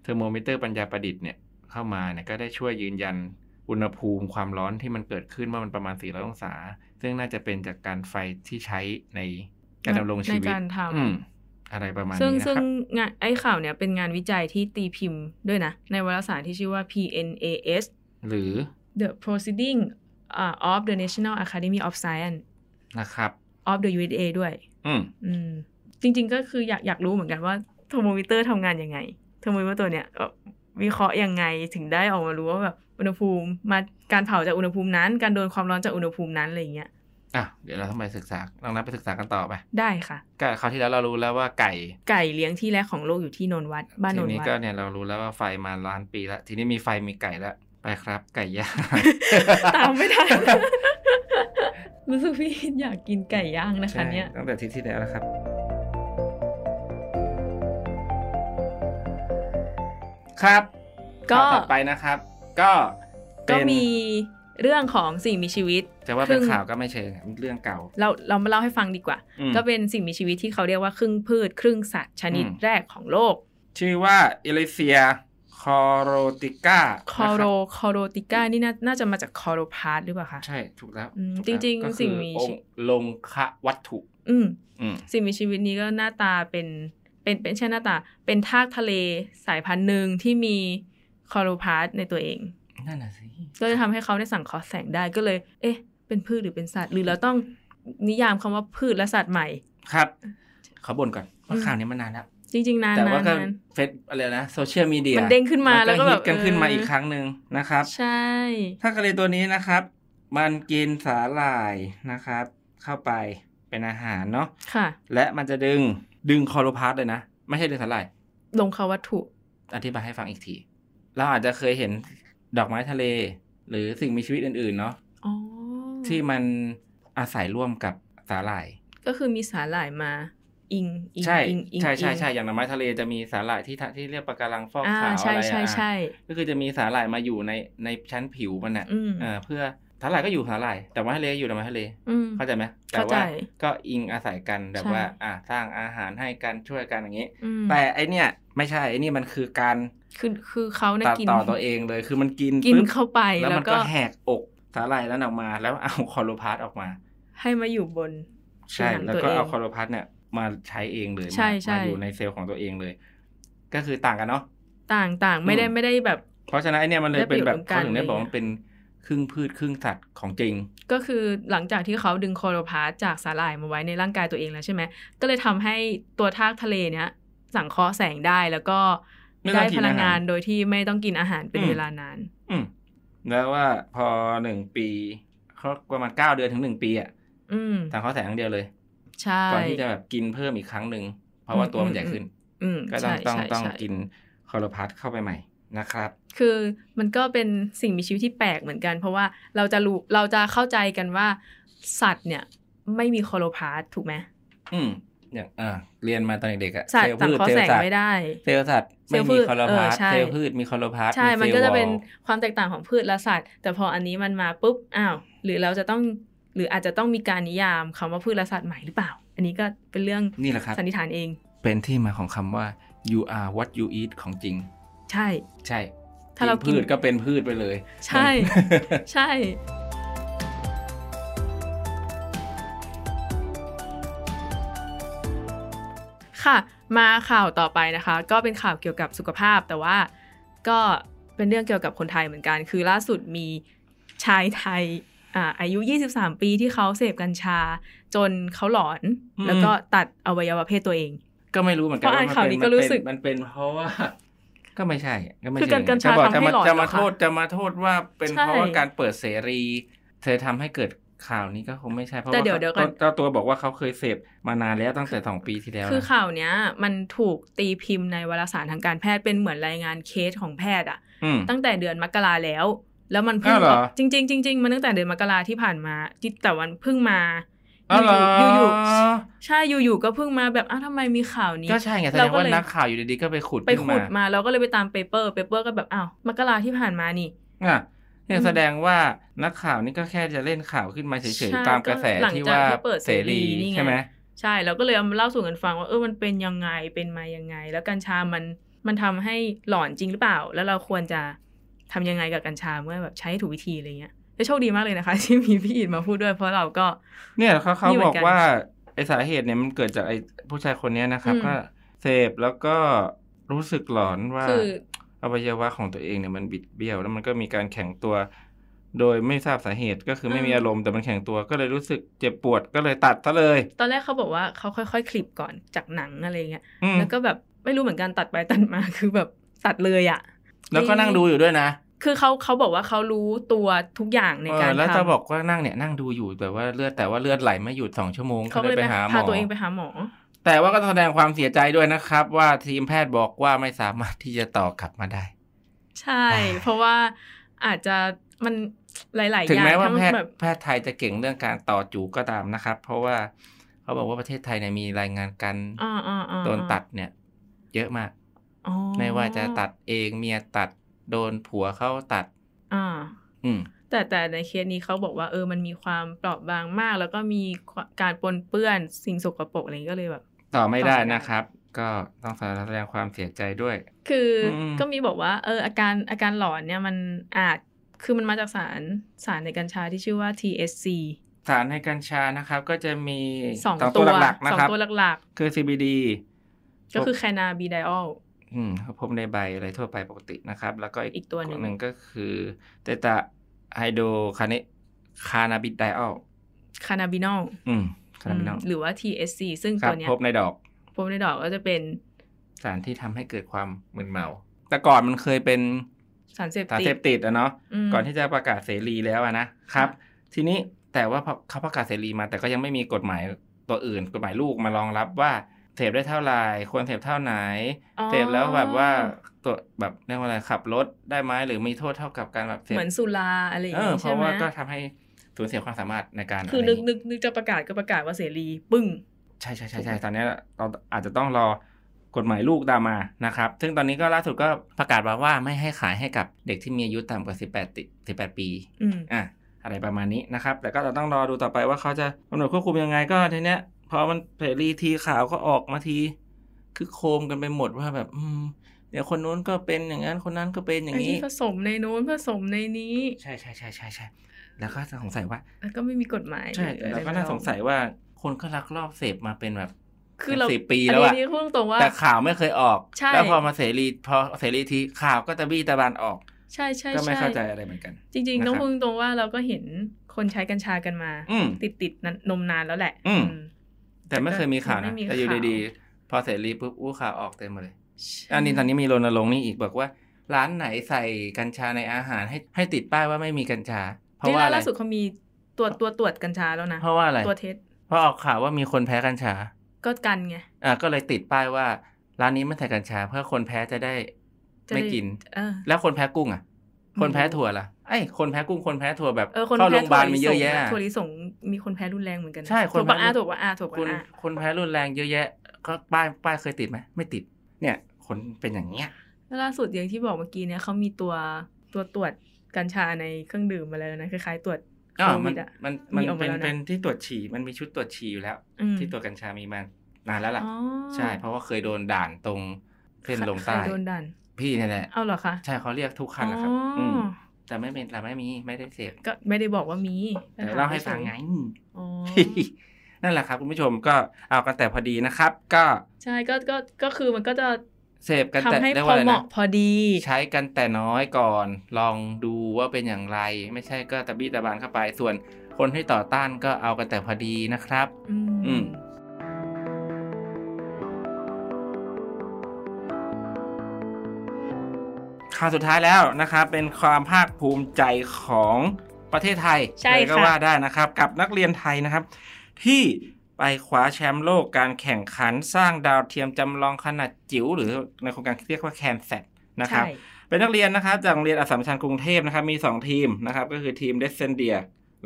[SPEAKER 2] เทอร์โมมิเตอร์ปัญญาประดิษฐ์เนี่ยเข้ามาเนี่ยก็ได้ช่วยยืนยันอุณหภูมิความร้อนที่มันเกิดขึ้นว่ามันประมาณ 400 องศา ซึ่งน่าจะเป็นจากการไฟที่ใช้ในการดำรงชีวิ
[SPEAKER 1] ใน
[SPEAKER 2] ต
[SPEAKER 1] การทำ
[SPEAKER 2] อืมอะไรประมาณนี้
[SPEAKER 1] ซึ่ง
[SPEAKER 2] นะค
[SPEAKER 1] ซึ่ง
[SPEAKER 2] รับ
[SPEAKER 1] งานไอ้ข่าวเนี่ยเป็นงานวิจัยที่ตีพิมพ์ด้วยนะ ในวารสารที่ชื่อว่า PNAS
[SPEAKER 2] หรือ
[SPEAKER 1] The Proceeding อ่า of the National Academy of Science
[SPEAKER 2] นะครับ
[SPEAKER 1] of the USA ด้วย
[SPEAKER 2] อืม
[SPEAKER 1] อืม จริง ๆ ก็คืออยากอยากรู้เหมือนกันว่าเทอร์โมมิเตอร์ทำงานยังไงเทอร์โมมิเตอร์ตัวเนี่ยเอ่อวิเคราะห์ยังไงถึงได้ออกมารู้ว่าแบบอุณหภูมิมาการเผาจากอุณหภูมินั้น การโดนความร้อนจากอุณหภูมินั้นอะไรอย่างเงี้ย
[SPEAKER 2] อ่ะ เดี๋ยวเราต้องไปศึกษาลองนับไปศึกษากันต่อไป
[SPEAKER 1] ได้ค่ะ
[SPEAKER 2] ก็คราวที่แล้วเรารู้แล้วว่าไก่
[SPEAKER 1] ไก่เลี้ยงที่แรกของโลกอยู่ที่นนวัดบ้านน
[SPEAKER 2] ที
[SPEAKER 1] น
[SPEAKER 2] นี้
[SPEAKER 1] วัด
[SPEAKER 2] ก็เนี่ยเรารู้แล้วว่าไฟมาล้านปีแล้วทีนี้มีไฟมีไก่แล้วไปครับ ไก่ย่าง
[SPEAKER 1] ตามไม่ทัน รู้สึกพี่อยากกินไก่ย่างนะคะเนี่ย
[SPEAKER 2] ใช่ตั้งแต่อาที่ที่แล้วแล้วครับ ครับ
[SPEAKER 1] ก็
[SPEAKER 2] ข่าวถัดไปนะครับ ก็
[SPEAKER 1] ก็
[SPEAKER 2] เป็น
[SPEAKER 1] มี เรื่องของสิ่งมีชีวิต
[SPEAKER 2] จะว่า
[SPEAKER 1] ค
[SPEAKER 2] เป็น
[SPEAKER 1] รึ่ง
[SPEAKER 2] ข่าวก็ไม่เชิงอะเรื่องเก่า
[SPEAKER 1] เราเรามาเล่าให้ฟังดีกว่า
[SPEAKER 2] อืม
[SPEAKER 1] ก็เป็นสิ่งมีชีวิตที่เขาเรียกว่าครึ่งพืช ครึ่งสัตว์ชนิด
[SPEAKER 2] อืม
[SPEAKER 1] แรกของโลก
[SPEAKER 2] ชื่อว่าเอลิเซียคอโรติก้า
[SPEAKER 1] คอโรคอโรติก้านี่น่าน่าจะมาจากคอโรพาร์ตหรือเปล่าคะ
[SPEAKER 2] ใช่ถูกแล้ว
[SPEAKER 1] อืม
[SPEAKER 2] ถูกแล้ว
[SPEAKER 1] จริงๆ
[SPEAKER 2] ก็คือ
[SPEAKER 1] สิ่งมีชีวิต
[SPEAKER 2] องค์ลงคะวัตถุ
[SPEAKER 1] อืม
[SPEAKER 2] อืม
[SPEAKER 1] สิ่งมีชีวิตนี้ก็หน้าตาเป็นเป็นเป็นใช่หน้าตา เป็นทากทะเลสายพันธุ์หนึ่งที่มีคอโรพาร์ตในตัวเอง
[SPEAKER 2] นั่นน่ะสิ
[SPEAKER 1] ก็จะทำให้เขาได้สังเคราะห์แสงได้ก็เลย เอ๊ะ เป็นพืชหรือเป็นสัตว์ หรือเราต้องนิยามคำว่าพืชและสัตว์ใหม่
[SPEAKER 2] ครับ ขอบ่นก่อนว่า
[SPEAKER 1] อืม
[SPEAKER 2] ข่าวนี้มันนานแล้ว
[SPEAKER 1] จริง ๆ นาน
[SPEAKER 2] แต่
[SPEAKER 1] นา
[SPEAKER 2] ว่าน ก็
[SPEAKER 1] นาน
[SPEAKER 2] เฟซอะไรนะโซเชียลมีเดีย
[SPEAKER 1] มันเด้งขึ้นมาแล้วก็แบบ
[SPEAKER 2] ฮิตกันขึ้นมา
[SPEAKER 1] เอออี
[SPEAKER 2] อีกครั้งหนึ่งนะครับ
[SPEAKER 1] ใช่
[SPEAKER 2] ถ้ากระเลตัวนี้นะครับ มันกินสาหร่ายนะครับ เข้าไปเป็นอาหารเนาะ
[SPEAKER 1] ค่ะ
[SPEAKER 2] และมันจะดึงดึงคอโลพาร์ตเลยนะ ไม่ใช่ดึงสาหร่าย
[SPEAKER 1] ลงเขาวัตถุ
[SPEAKER 2] อธิบายให้ฟังอีกที เราอาจจะเคยเห็นดอกไม้ทะเล หรือสิ่งมีชีวิตอื่นๆเนาะ
[SPEAKER 1] อ๋อ
[SPEAKER 2] ที่มันอาศัยร่วมกับสาหร่าย
[SPEAKER 1] ก็คือมีสาหร่ายมา อิงอิง
[SPEAKER 2] ใช่
[SPEAKER 1] อิงอิง
[SPEAKER 2] ใช่ใช่
[SPEAKER 1] อิง
[SPEAKER 2] ใช่อย่างดอกไม้ทะเลจะมีสาหร่ายที่ทะที่เรียกปะการังฟอก
[SPEAKER 1] อ่า
[SPEAKER 2] ขาวอะ
[SPEAKER 1] ใช่
[SPEAKER 2] ไร
[SPEAKER 1] ใช่
[SPEAKER 2] อะ
[SPEAKER 1] ใช่
[SPEAKER 2] ก็คือจะมีสาหร่ายมาอยู่ในในชั้นผิวมันอ่ะ
[SPEAKER 1] อืม
[SPEAKER 2] เออเพื่อสาหร่ายก็อยู่สาหร่ายแต่ว่าทะเลอยู่ดอกไม้ทะเล
[SPEAKER 1] อืม
[SPEAKER 2] เข้าใจไหมแต่
[SPEAKER 1] เข้าใจ
[SPEAKER 2] ว่าก็อิงอาศัยกันแบบ
[SPEAKER 1] ใช่
[SPEAKER 2] ว่า อ่ะสร้างอาหารให้กันช่วยกันอย่างนี้
[SPEAKER 1] อืม
[SPEAKER 2] แต่ไอเนี่ยไม่ใช่ไอนี่มันคือการ
[SPEAKER 1] คือคือเขาเนี่ย
[SPEAKER 2] ตัด
[SPEAKER 1] กิน
[SPEAKER 2] ต่อตัวเองเลย คือมันกิน
[SPEAKER 1] กิน
[SPEAKER 2] ปุ๊บ
[SPEAKER 1] เข้าไป
[SPEAKER 2] แล้ว
[SPEAKER 1] แล้ว
[SPEAKER 2] มัน
[SPEAKER 1] ก็
[SPEAKER 2] ก็แหกอกสาหร่ายแล้วออกมา แล้วเอาคอโลพาร์ตออกมา
[SPEAKER 1] ให้มาอยู่บน
[SPEAKER 2] ใช่
[SPEAKER 1] เป็นหนัง
[SPEAKER 2] แล้ว
[SPEAKER 1] ตัว
[SPEAKER 2] ก็
[SPEAKER 1] เอง
[SPEAKER 2] เอาคอโลพาร์ตเนี่ยมาใช้เองเลย
[SPEAKER 1] ใช่
[SPEAKER 2] มา
[SPEAKER 1] ใช่
[SPEAKER 2] มาอยู่ในเซลล์ของตัวเองเลย ก็คือต่างกันเนาะ
[SPEAKER 1] ต่างต่างๆ ไม่ได้
[SPEAKER 2] อืม
[SPEAKER 1] ไม่ได้แบบ
[SPEAKER 2] เพราะฉะนั้นไอเนี่ยมันเลย
[SPEAKER 1] ได้ป
[SPEAKER 2] เป็
[SPEAKER 1] ระ
[SPEAKER 2] น
[SPEAKER 1] โยชน์ร่วม
[SPEAKER 2] แบบ
[SPEAKER 1] กั
[SPEAKER 2] เขา
[SPEAKER 1] น
[SPEAKER 2] ถึงได้บอกว่า
[SPEAKER 1] เลยนะ
[SPEAKER 2] มันเป็นครึ่งพืชครึ่งสัตว์ของจริง
[SPEAKER 1] ก็คือหลังจากที่เขาดึงโคโรพาสจากสาหร่ายมาไว้ในร่างกายตัวเองแล้วใช่ไหม ก็เลยทำให้ตัวทากทะเลเนี้ยสังเคราะห์แสงได้แล้วก็
[SPEAKER 2] ไม่ต้
[SPEAKER 1] ได้
[SPEAKER 2] องกิน
[SPEAKER 1] พลังงา
[SPEAKER 2] อาน หาร
[SPEAKER 1] โดยที่ไม่ต้องกินอาหารเป็น
[SPEAKER 2] อืม
[SPEAKER 1] เวลานาน
[SPEAKER 2] อืมแล้วว่าพอหนึ่งปีเขาประมาณเก้าเดือนถึงหนึ่งปีอะ
[SPEAKER 1] อืม
[SPEAKER 2] ทางเขาแสงอย่างเดียวเลย
[SPEAKER 1] ใช่
[SPEAKER 2] ก่อนที่จะแบบกินเพิ่มอีกครั้งหนึ่งเพราะว่าตัวมันใหญ่ขึ้น
[SPEAKER 1] อืม
[SPEAKER 2] ก็ต้อ
[SPEAKER 1] ใช่
[SPEAKER 2] งต้อง
[SPEAKER 1] ใช่
[SPEAKER 2] ต้อง
[SPEAKER 1] ใช่
[SPEAKER 2] กินคอโลพัสเข้าไปใหม่นะครับ
[SPEAKER 1] คือมันก็เป็นสิ่งมีชีวิตที่แปลกเหมือนกัน เพราะว่าเราจะรู้เราจะเข้าใจกันว่า สัตว์เนี่ยไม่มีโคโรพาสถูกไหม
[SPEAKER 2] อืมอย่างเออเรียนมาตอนเด็กๆอะ
[SPEAKER 1] สัต
[SPEAKER 2] เซล
[SPEAKER 1] ว์
[SPEAKER 2] ล์
[SPEAKER 1] สังเค
[SPEAKER 2] พืช
[SPEAKER 1] ราะ
[SPEAKER 2] เซล
[SPEAKER 1] ห์แสง
[SPEAKER 2] ล์สัตว์
[SPEAKER 1] ไม่ได้
[SPEAKER 2] เซลล์สัตว์
[SPEAKER 1] เซล
[SPEAKER 2] ไม่
[SPEAKER 1] ล์พื
[SPEAKER 2] มี
[SPEAKER 1] ช
[SPEAKER 2] คอโลพัส
[SPEAKER 1] เออใช่
[SPEAKER 2] เซลล์พืชมีคอโลพัส
[SPEAKER 1] ใช่ มันก็จะเป็น
[SPEAKER 2] มีซลล์วอล
[SPEAKER 1] ความแตกต่างของพืชและสัตว์ แต่พออันนี้มันมาปุ๊บ อ้าว หรือเราจะต้อง หรืออาจจะต้องมีการนิยามคำว่าพืชและสัตว์ใหม่หรือเปล่า อันนี้ก็เป็นเรื่อง
[SPEAKER 2] นี่แหละครับ
[SPEAKER 1] สันนิษฐานเอง
[SPEAKER 2] เป็นที่มาของคำว่า you are what you eat ของจริง
[SPEAKER 1] ใช่
[SPEAKER 2] ใช่
[SPEAKER 1] ถ้าเรากิ
[SPEAKER 2] พืชก็เป็นพืชไปเลย
[SPEAKER 1] ใช่ ใช่ ค่ะ มาข่าวต่อไปนะคะ ก็เป็นข่าวเกี่ยวกับสุขภาพ แต่ว่าก็เป็นเรื่องเกี่ยวกับคนไทยเหมือนกัน คือล่าสุดมีชายไทยอ่าอายุ 23 ปีที่เขาเสพกัญชา จนเขาหลอน
[SPEAKER 2] อืม
[SPEAKER 1] แล้วก็ตัดอวัยวะเพศตัวเอง
[SPEAKER 2] ก็ไม่รู้เหมือน กัน
[SPEAKER 1] พออ่าน
[SPEAKER 2] มั
[SPEAKER 1] ข่าวนี้ก็รู้สึก
[SPEAKER 2] มันเป็นเพราะว่า ก็ไม่ใช่ก็ไม่
[SPEAKER 1] คือการ
[SPEAKER 2] เชิง
[SPEAKER 1] กัญชา
[SPEAKER 2] จะบอ
[SPEAKER 1] ทำให้
[SPEAKER 2] จะม
[SPEAKER 1] หลอน
[SPEAKER 2] จะ
[SPEAKER 1] เหร
[SPEAKER 2] มา
[SPEAKER 1] อคะ
[SPEAKER 2] โทษจะมาโทษว่าเป็น
[SPEAKER 1] ใช่
[SPEAKER 2] เพราะว่าการเปิดเสรีเธอทำให้เกิดข่าวนี้ก็คงไม่ใช่เพราะ
[SPEAKER 1] แต่
[SPEAKER 2] ว่า
[SPEAKER 1] เดี๋ยวเดี๋ยวก่อน
[SPEAKER 2] เจ้าตัวบอกว่าเขาเคยเสพมานานแล้วตั้งแต่สองปีที่แล้ว
[SPEAKER 1] คือ
[SPEAKER 2] นะ
[SPEAKER 1] ข่าวเนี้ยมันถูกตีพิมพ์ในวารสารทางการแพทย์เป็นเหมือนรายงานเคสของแพทย์อะ
[SPEAKER 2] อืม
[SPEAKER 1] ตั้งแต่เดือนมกราแล้ว แล้วมันเพิ่ง
[SPEAKER 2] อ้าวเหรอ
[SPEAKER 1] ออกจริงๆจริงๆมันตั้งแต่เดือนมกราที่ผ่านมาที่แต่วันเพิ่งมา
[SPEAKER 2] อ๋อเหรอ
[SPEAKER 1] อยู่ๆอยู่ๆใช่อยู่ๆก็เพิ่งมาแบบอ้าวทำไมมีข่าวนี้
[SPEAKER 2] ก็ใช่ไงแสด
[SPEAKER 1] เรา
[SPEAKER 2] ง
[SPEAKER 1] ก็
[SPEAKER 2] ว่า
[SPEAKER 1] เลย
[SPEAKER 2] นักข่าวอยู่ดีๆก็ไปขุด
[SPEAKER 1] ไป
[SPEAKER 2] ขึ้น
[SPEAKER 1] ขุดมาเราก็เลยไปตามเปเปอร์เปเปอร์ก็แบบอ้าวมกราที่ผ่านมานี่
[SPEAKER 2] อ่ะเนี่
[SPEAKER 1] อื
[SPEAKER 2] ย
[SPEAKER 1] ม
[SPEAKER 2] แสดงว่านักข่าวนี่ก็แค่จะเล่นข่าวขึ้นมาเฉย
[SPEAKER 1] ใช่
[SPEAKER 2] ๆตามกระแส
[SPEAKER 1] หลัง
[SPEAKER 2] ที่
[SPEAKER 1] จ
[SPEAKER 2] ว่า
[SPEAKER 1] เปิดเสรีนี่ไง
[SPEAKER 2] ใช่ไหม
[SPEAKER 1] ใช่เราก็เลยเอามาเล่าสู่กันฟังว่าเออมันเป็นยังไงเป็นมายังไง แล้วกัญชามันมันทำให้หลอนจริงหรือเปล่า แล้วเราควรจะทำยังไงกับกัญชาเมื่อแบบใช้ให้ถูกวิธีอะไรเงี้ยแล้วโชคดีมากเลยนะคะ ที่มีพี่อินมาพูดด้วยเพราะเราก็
[SPEAKER 2] เนี่ยเขาเขา
[SPEAKER 1] นี่เหมื
[SPEAKER 2] บ
[SPEAKER 1] อ
[SPEAKER 2] อน ก
[SPEAKER 1] กัน
[SPEAKER 2] ว่าไอสาเหตุเนี่ยมันเกิดจากไอผู้ชายคนเนี้ยนะครับ
[SPEAKER 1] อืม
[SPEAKER 2] ก็เสพแล้วก็รู้สึกหลอนว่า
[SPEAKER 1] คือ
[SPEAKER 2] อวัยวะของตัวเองเนี่ยมันบิดเบี้ยวแล้วมันก็มีการแข็งตัว โดยไม่ทราบสาเหตุก็คือไม่มี
[SPEAKER 1] อืม
[SPEAKER 2] อารมณ์แต่มันแข็งตัวก็เลยรู้สึกเจ็บปวดก็เลยตัดซะเลย
[SPEAKER 1] ตอนแรกเขาบอกว่าเขาค่อยๆ คลิปก่อนจากหนังอะไรเงี้ย
[SPEAKER 2] อืม
[SPEAKER 1] แล้วก็แบบไม่รู้เหมือนกันตัดไปตัดมา คือแบบตัดเลยอะ่ะ
[SPEAKER 2] แล้วก็นั่งดูอยู่ด้วยนะ
[SPEAKER 1] คือเขาเขาบอกว่าเขารู้ตัวทุกอย่างใน
[SPEAKER 2] เอ
[SPEAKER 1] การ
[SPEAKER 2] อ
[SPEAKER 1] ทำ
[SPEAKER 2] แล้วจะบอกว่านั่งเนี่ยนั่งดูอยู่แต่ว่าเลือดแต่ว่าเลือดไหลไม่หยุดสองชั่วโมง
[SPEAKER 1] เขาก็
[SPEAKER 2] ก็
[SPEAKER 1] เล
[SPEAKER 2] เลย ย
[SPEAKER 1] ไป
[SPEAKER 2] ไปหาหม
[SPEAKER 1] พา
[SPEAKER 2] อ
[SPEAKER 1] ตัวเองไปหาหมอ
[SPEAKER 2] แต่ว่าก็แสดงความเสียใจด้วยนะครับ ว่าทีมแพทย์บอกว่าไม่สามารถที่จะต่อกลับมาได้
[SPEAKER 1] ใช่
[SPEAKER 2] อ่า
[SPEAKER 1] เพราะว่าอาจจะมันหลาย ๆ
[SPEAKER 2] ถึ
[SPEAKER 1] อง ย่าง
[SPEAKER 2] แม้ว่า
[SPEAKER 1] ทั้ง
[SPEAKER 2] แพทย์
[SPEAKER 1] แบบ
[SPEAKER 2] แพทย์ไทยจะเก่งเรื่องการต่อจูก็ตามนะครับ เพราะว่าเขาบอกว่าประเทศไทยเนี่ยมีรายงานการ
[SPEAKER 1] อ่าอ่าอ่า
[SPEAKER 2] โดนตัดเนี่ย เยอะมาก
[SPEAKER 1] อ๋อ
[SPEAKER 2] ไม่ว่าจะตัดเองเมียตัดโดนผัวเขาตัด
[SPEAKER 1] อ่า
[SPEAKER 2] อืม
[SPEAKER 1] แต่แต่ในเคสนี้เขาบอกว่าเออมันมีความเปราะบางมาก แล้วก็มีการปนเปื้อนสิ่งสกปรกอะไรอย่างนี้ก็เลยแบบ
[SPEAKER 2] ต่อไม่ได้
[SPEAKER 1] ต่อไม่ได้
[SPEAKER 2] นะครับ ก็ต้องแสดงความเสียใจด้วย
[SPEAKER 1] คืออ
[SPEAKER 2] ม
[SPEAKER 1] ก็มีบอกว่าเอออาการอาการหลอนเนี่ยมันอาจคือมันมาจากสารสารในกัญชาที่ชื่อว่า THC
[SPEAKER 2] สารในกัญชานะครับ ก็จะมี
[SPEAKER 1] สอง
[SPEAKER 2] ตั
[SPEAKER 1] ตัว ว
[SPEAKER 2] หลักๆนะ
[SPEAKER 1] สอง
[SPEAKER 2] ครับ
[SPEAKER 1] ตัวหลัก
[SPEAKER 2] คือ CBD
[SPEAKER 1] ๆ ก็คือแคนาบิไดออล
[SPEAKER 2] อืมเขาพบในใบอะไรทั่วไปปกตินะครับ แล้วก็
[SPEAKER 1] อีกตัวหนึ่ง
[SPEAKER 2] ก็คือเตตาไฮโดรคาเนคานาบิไดออล
[SPEAKER 1] คานาบินอล
[SPEAKER 2] อืมคานาบิไดออล
[SPEAKER 1] หรือว่า THC ซึ่ง
[SPEAKER 2] ครั
[SPEAKER 1] ตั
[SPEAKER 2] บ
[SPEAKER 1] วเนี้ย
[SPEAKER 2] พบในดอก
[SPEAKER 1] พบในดอกก็จะเป็น
[SPEAKER 2] สารที่ทำให้เกิดความมึนเมา แต่ก่อนมันเคยเป็น
[SPEAKER 1] สารเสพ
[SPEAKER 2] สาร
[SPEAKER 1] ติ
[SPEAKER 2] เส
[SPEAKER 1] ด
[SPEAKER 2] พติดอะเนาะ
[SPEAKER 1] ม
[SPEAKER 2] ก่อนที่จะประกาศเสรีแล้วอะนะครับ
[SPEAKER 1] ค่
[SPEAKER 2] ทีนี้แต่ว่าพอเขาประกาศเสรีมาแต่ก็ยังไม่มีกฎหมายตัวอื่น กฎหมายลูกมารองรับว่าเสพได้เท่าไหร่ควรเสพเท่าไหน
[SPEAKER 1] อ๋อ
[SPEAKER 2] เสพแล้วแบบว่าตัวแบบเรียกว่าอะไรขับรถได้ไหมหรือมีโทษเท่ากับการแบบเสพ
[SPEAKER 1] เหมือนสุราอะไรอย่าง
[SPEAKER 2] เออ
[SPEAKER 1] งี้
[SPEAKER 2] เพ
[SPEAKER 1] ใช่
[SPEAKER 2] ราะ
[SPEAKER 1] ไหม
[SPEAKER 2] ว่าก็ทำให้สูญเสียความสามารถในการ
[SPEAKER 1] คือะไร นึ
[SPEAKER 2] ย่าก งงี้
[SPEAKER 1] นึกนึกจะประกาศก็ประกาศว่าเสรีปึ้ง
[SPEAKER 2] ใช่ใช่ใช่ใช่ตอนนี้เราอาจจะต้องรอกฎหมายลูกตามมานะครับ ซึ่งตอนนี้ก็ล่าสุดก็ประกาศมาว่าไม่ให้ขายให้กับเด็กที่มีอายุต่ำกว่า 18ติ18 ปี
[SPEAKER 1] อืม
[SPEAKER 2] อ่ะอะไรประมาณนี้นะครับ แต่ก็เราต้องรอดูต่อไปว่าเขาจะกำหนดควบคุมยังไงก็ทีเนี้ยพอมันเผยรีทีข่าวก็ออกมาที คือโคมกันไปหมดว่าแบบ อืมเดี๋ยวคนนู้นก็เป็นอย่างนั้นคนนั้นก็เป็นอย่าง
[SPEAKER 1] ไอ้
[SPEAKER 2] นี้
[SPEAKER 1] ที่ผสมในนู้นผสมในนี้
[SPEAKER 2] ใช่ใช่ใช่ใช่ใช่แล้วก็สงสัยว่า
[SPEAKER 1] แล้วก็ไม่มีกฎหมาย
[SPEAKER 2] ใช่
[SPEAKER 1] หรืออะไร
[SPEAKER 2] แล้วก็น่าร
[SPEAKER 1] อง
[SPEAKER 2] สงสัยว่าคนก็ลักลอบเสพมาเป็นแบบ
[SPEAKER 1] คือเรา
[SPEAKER 2] สิบปีแล้ว
[SPEAKER 1] อั
[SPEAKER 2] อะ
[SPEAKER 1] นนี้พูดตรงๆว่า
[SPEAKER 2] แต่ข่าวไม่เคยออก
[SPEAKER 1] ใช่
[SPEAKER 2] แล้วพอมาเสรีพอเสรีทีข่าวก็ตะบี้ตะบานออก
[SPEAKER 1] ใช่ใช่
[SPEAKER 2] ก็ไม่
[SPEAKER 1] ใช่
[SPEAKER 2] เข้าใจอะไรเหมือนกัน
[SPEAKER 1] จริง
[SPEAKER 2] นะ
[SPEAKER 1] ๆ ต้อง
[SPEAKER 2] ครับ
[SPEAKER 1] พูดตรงๆว่าเราก็เห็นคนใช้กัญชากันมา
[SPEAKER 2] อืม
[SPEAKER 1] ติดติดๆนั้นนมนานแล้วแหละ
[SPEAKER 2] อืม
[SPEAKER 1] อืม
[SPEAKER 2] แต่ไม่เคยมีข่าวนะ
[SPEAKER 1] ไม่มี
[SPEAKER 2] แต่อยู่
[SPEAKER 1] ข่าว
[SPEAKER 2] ดีๆ พอเสรีปุ๊บอู้ข่าวออกเต็มหมดเลย
[SPEAKER 1] ใช่
[SPEAKER 2] อันนี้ตอนนี้มีรณรงค์นี่อีกบอกว่า ร้านไหนใส่กัญชาในอาหารให้ให้ติดป้ายว่าไม่มีกัญชา เพราะ
[SPEAKER 1] นี่
[SPEAKER 2] ว่าอะไร
[SPEAKER 1] ล่าสุดเขามีตัวตัวตรวจกัญชาแล้วนะ
[SPEAKER 2] เพราะว่าอะไร
[SPEAKER 1] ตัวเทส
[SPEAKER 2] เพราะออกข่าวว่ามีคนแพ้กัญชา
[SPEAKER 1] ก็กันไง
[SPEAKER 2] อ่ะก็เลยติดป้ายว่า ร้านนี้ไม่ใส่กัญชา เพื่อคนแพ้จะได้
[SPEAKER 1] จะด้
[SPEAKER 2] ไม่กิน
[SPEAKER 1] เออ
[SPEAKER 2] แล้วคนแพ้กุ้งอ่ะ
[SPEAKER 1] อืม
[SPEAKER 2] คนแพ้ถั่วล่ะไอ้ยคนแพ้กุ้งคนแพ้ถั่วแบบ
[SPEAKER 1] เออคน
[SPEAKER 2] เข้า
[SPEAKER 1] แพ้
[SPEAKER 2] โรงพยาบาลมีเยอะแยะ
[SPEAKER 1] ถั่วลิสงมีคนแพ้รุนแรงเหมือนกันนะ
[SPEAKER 2] ใช่คน
[SPEAKER 1] ถั่วปะ
[SPEAKER 2] แพ้
[SPEAKER 1] อาถั่วปะอาถั่วปะ
[SPEAKER 2] คุณ
[SPEAKER 1] อา
[SPEAKER 2] คนแพ้รุนแรงเยอะแยะ ก็ป้ายป้ายเคยติดไหมไม่ติด เนี่ย คนเป็นอย่างเงี้ย
[SPEAKER 1] แล้วล่าสุดอย่างที่บอกเมื่อกี้เนี่ยเขามีตัวตัวตรวจกัญชาในเครื่องดื่มอะไรแล้วนะคล้ายๆตรวจโค
[SPEAKER 2] อ่ามั
[SPEAKER 1] วิ
[SPEAKER 2] น
[SPEAKER 1] ดอ่ะ
[SPEAKER 2] มันมัน
[SPEAKER 1] มีออกมา
[SPEAKER 2] เป็น
[SPEAKER 1] แล้วนะ
[SPEAKER 2] เป็นที่ตรวจฉี่มันมีชุดตรวจฉี่อยู่แล้ว
[SPEAKER 1] อืม
[SPEAKER 2] ที่ตรวจกัญชามีมานานแล้วล่ะ
[SPEAKER 1] อ๋อ
[SPEAKER 2] ใช่ เพราะว่าเคยโดนด่านตรงเส้นลงใต้
[SPEAKER 1] ใครโดนดัน
[SPEAKER 2] พี่เนี่ยแหละ
[SPEAKER 1] เอาเหรอคะ
[SPEAKER 2] ใช่เขาเรียกทุกคันนะครับ
[SPEAKER 1] อ๋ออ
[SPEAKER 2] มแต่ไม่เป็นแต่ไม่มีไม่ได้เสพ
[SPEAKER 1] ก็ไม่ได้บอกว่ามี
[SPEAKER 2] แต่เล่าให้ฟังไง
[SPEAKER 1] อ๋ อ
[SPEAKER 2] นั่นแหละครับคุณผู้ชมก็เอากันแต่พอดีนะครับ ก็
[SPEAKER 1] ใช่ก็ก็ก็คือมันก็จะ
[SPEAKER 2] เสพกัน
[SPEAKER 1] ทำ
[SPEAKER 2] แต่
[SPEAKER 1] ให้
[SPEAKER 2] รียก
[SPEAKER 1] พ
[SPEAKER 2] ว่
[SPEAKER 1] อ
[SPEAKER 2] ไรน
[SPEAKER 1] เหมาะพอดี
[SPEAKER 2] ใช้กันแต่น้อยก่อน ลองดูว่าเป็นอย่างไร ไม่ใช่ก็ตะบี้ตะบานเข้าไป ส่วนคนที่ต่อต้านก็เอากันแต่พอดีนะครับ
[SPEAKER 1] อืม
[SPEAKER 2] อืม ข่าวสุดท้ายแล้วนะครับ เป็นความภาคภูมิใจของประเทศไทย
[SPEAKER 1] ใช่
[SPEAKER 2] เลยก็
[SPEAKER 1] ค่ะ
[SPEAKER 2] ว่าได้นะครับ กับนักเรียนไทยนะครับ ที่ไปคว้าแชมป์โลกการแข่งขันสร้างดาวเทียมจำลองขนาดจิ๋วหรือในโครงการที่เรียกว่าแคนแซดนะครับ
[SPEAKER 1] ใช่
[SPEAKER 2] เป็นนักเรียนนะครับจากโรงเรียนอัสสัมชัญกรุงเทพนะครับมี 2 ทีมนะครับก็คือทีมเด s เซนเดีย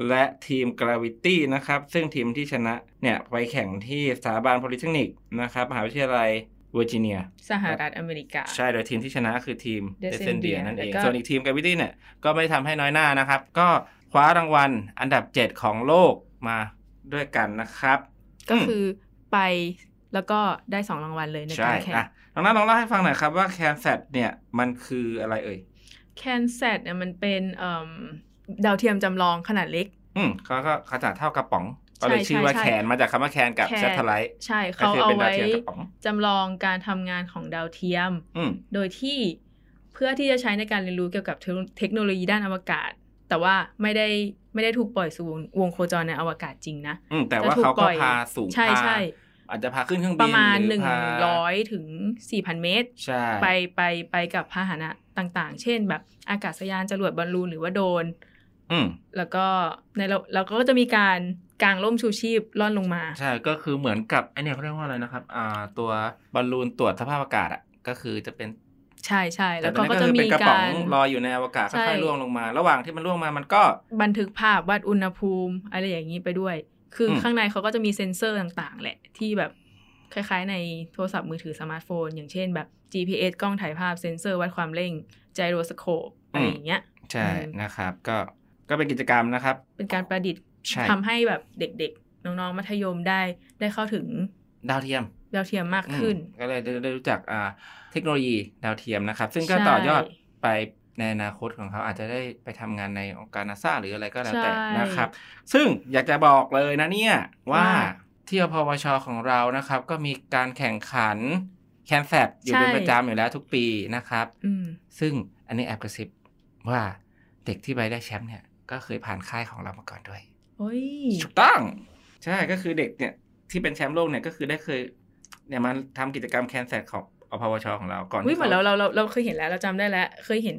[SPEAKER 2] และทีม Gravity นะครับซึ่งทีมที่ชนะเนี่ยไปแข่งที่สถาบันโพลิเทคนิคนะครับมหาวิทยาลัยเวอร์จิเนีย
[SPEAKER 1] สหรัฐอเมริกา
[SPEAKER 2] ใช่โดยทีมที่ชนะคือทีม
[SPEAKER 1] Descendia
[SPEAKER 2] เดซเซนเดียนั่นเอง
[SPEAKER 1] แล้วก็
[SPEAKER 2] ส่วนอีกทีม Gravity เนี่ยก็ไม่ทำให้น้อยหน้านะครับ ก็คว้ารางวัลอันดับ 7 ของโลกมาด้วยกันนะครับ
[SPEAKER 1] ก็คือไปแล้วก็ได้สองรางวัลเลยใน
[SPEAKER 2] ใช่
[SPEAKER 1] การแข่ง
[SPEAKER 2] อ่ะน้องน้าลองเล่าให้ฟังหน่อยครับว่าแคนแซดเนี่ยมันคืออะไรเอ่ย
[SPEAKER 1] แคนแซดเนี่ยมันเป็นเอิ่มดาวเทียมจำลองขนาดเล็ก
[SPEAKER 2] อืมเขาก็ขนาดเท่ากระป๋อง ก็เลย
[SPEAKER 1] ใช่
[SPEAKER 2] ชื่อว่า
[SPEAKER 1] ใช่
[SPEAKER 2] แคนมาจากคำว่าแคนกับ
[SPEAKER 1] แคน
[SPEAKER 2] แซทไลท์
[SPEAKER 1] ใช่
[SPEAKER 2] ก็
[SPEAKER 1] เขา
[SPEAKER 2] คือ
[SPEAKER 1] เอา
[SPEAKER 2] เป็นดาว
[SPEAKER 1] ไว้
[SPEAKER 2] เทียมกระป๋อง
[SPEAKER 1] จำลองการทำงานของดาวเทียม
[SPEAKER 2] อืม
[SPEAKER 1] โดยที่เพื่อที่จะใช้ในการเรียนรู้เกี่ยวกับเทคโนเทคโนโลยีด้านอวกาศ แต่ว่าไม่ได้ไม่ได้ถูกปล่อยสู่วงวงโคจรในอวกาศจริงนะ
[SPEAKER 2] อืมแต่ว่า
[SPEAKER 1] จะถูก
[SPEAKER 2] เขาก็
[SPEAKER 1] ปล่อย
[SPEAKER 2] พาสูง
[SPEAKER 1] ใช่
[SPEAKER 2] พา
[SPEAKER 1] ใช่
[SPEAKER 2] อาจจะพาขึ้นเครื่องบิน
[SPEAKER 1] ประมาณ
[SPEAKER 2] หรือพา
[SPEAKER 1] 100 ถึง 4,000 เมตร
[SPEAKER 2] ใช่
[SPEAKER 1] ไปไปไปกับพาหนะต่างๆ เช่น แบบอากาศยานจรวดบอลลูนหรือว่าโดรน
[SPEAKER 2] อืม
[SPEAKER 1] แล้วก็ในเราเราก็จะมีการกางร่มชูชีพล่อนลงมา
[SPEAKER 2] ใช่ ก็คือเหมือนกับไอเนี่ยเขาเรียกว่าอะไรนะครับ อ่า ตัวบอลลูนตรวจสภาพอากาศอ่ะ ก็คือจะเป็น
[SPEAKER 1] ใช่ใช่แล้วก็
[SPEAKER 2] ต่ตอน
[SPEAKER 1] ก็จะ
[SPEAKER 2] นั้นคือ
[SPEAKER 1] มี
[SPEAKER 2] เป็นกระป๋
[SPEAKER 1] กา
[SPEAKER 2] อง
[SPEAKER 1] ร
[SPEAKER 2] ลอยอยู่ในอวกาศ
[SPEAKER 1] ใช่
[SPEAKER 2] ค่อยๆล่วงลงมา ระหว่างที่มันล่วงมามันก็
[SPEAKER 1] บันทึกภาพวัดอุณหภูมิอะไรอย่างนี้ไปด้วย คืออ
[SPEAKER 2] ม
[SPEAKER 1] ข้างในเขาก็จะมีเซ็นเซอร์ต่างๆ แหละ ที่แบบคล้ายๆ ในโทรศัพท์มือถือสมาร์ทโฟน อย่างเช่นแบบ GPS กล้องถ่ายภาพเซ็นเซอร์วัดความเร่งไจโรสโคปอะไรอย่างเงี้ย
[SPEAKER 2] ใช่
[SPEAKER 1] อืม
[SPEAKER 2] นะครับ ก็ ก็เป็นกิจกรรมนะครับ
[SPEAKER 1] เป็นการประดิษฐ์
[SPEAKER 2] ใช่
[SPEAKER 1] ทำให้แบบเด็กๆ น้องๆ มัธยมได้ได้เข้าถึง
[SPEAKER 2] ดาวเทียม
[SPEAKER 1] ดาวเทียมมากขึ้น
[SPEAKER 2] อืมก็เลยได้รู้จักอ่าเทคโนโลยีดาวเทียมนะครับ ซึ่งก็
[SPEAKER 1] ใช่
[SPEAKER 2] ต่อยอดไปในอนาคตของเขาอาจจะได้ไปทำงานในองค์การนาซาหรืออะไรก็แล้วแต่นะครับ ซึ่งอยากจะบอกเลยนะเนี่ย ว่า
[SPEAKER 1] ว่า
[SPEAKER 2] ที่อพวชของเรานะครับ ก็มีการแข่งขันแคนแซบอยู่เป็น
[SPEAKER 1] ใช่
[SPEAKER 2] ประจำอยู่แล้วทุกปีนะครับ
[SPEAKER 1] อืม
[SPEAKER 2] ซึ่งอันนี้แอบกระซิบว่าเด็กที่ไปได้แชมป์เนี่ย ก็เคยผ่านค่ายของเรามาก่อนด้วย
[SPEAKER 1] โอ้ย
[SPEAKER 2] ถูกต้อง ใช่ก็คือเด็กเนี่ยที่เป็นแชมป์โลกเนี่ยก็คือได้เคยเนี่ยมาทำกิจกรรมแคนแซดของอพวชของเราก่อน
[SPEAKER 1] อุ้ยเหมือน
[SPEAKER 2] ที่
[SPEAKER 1] เรา
[SPEAKER 2] ข
[SPEAKER 1] เราเราเราเคยเห็นแล้วเราจำได้แล้ว เคยเห็น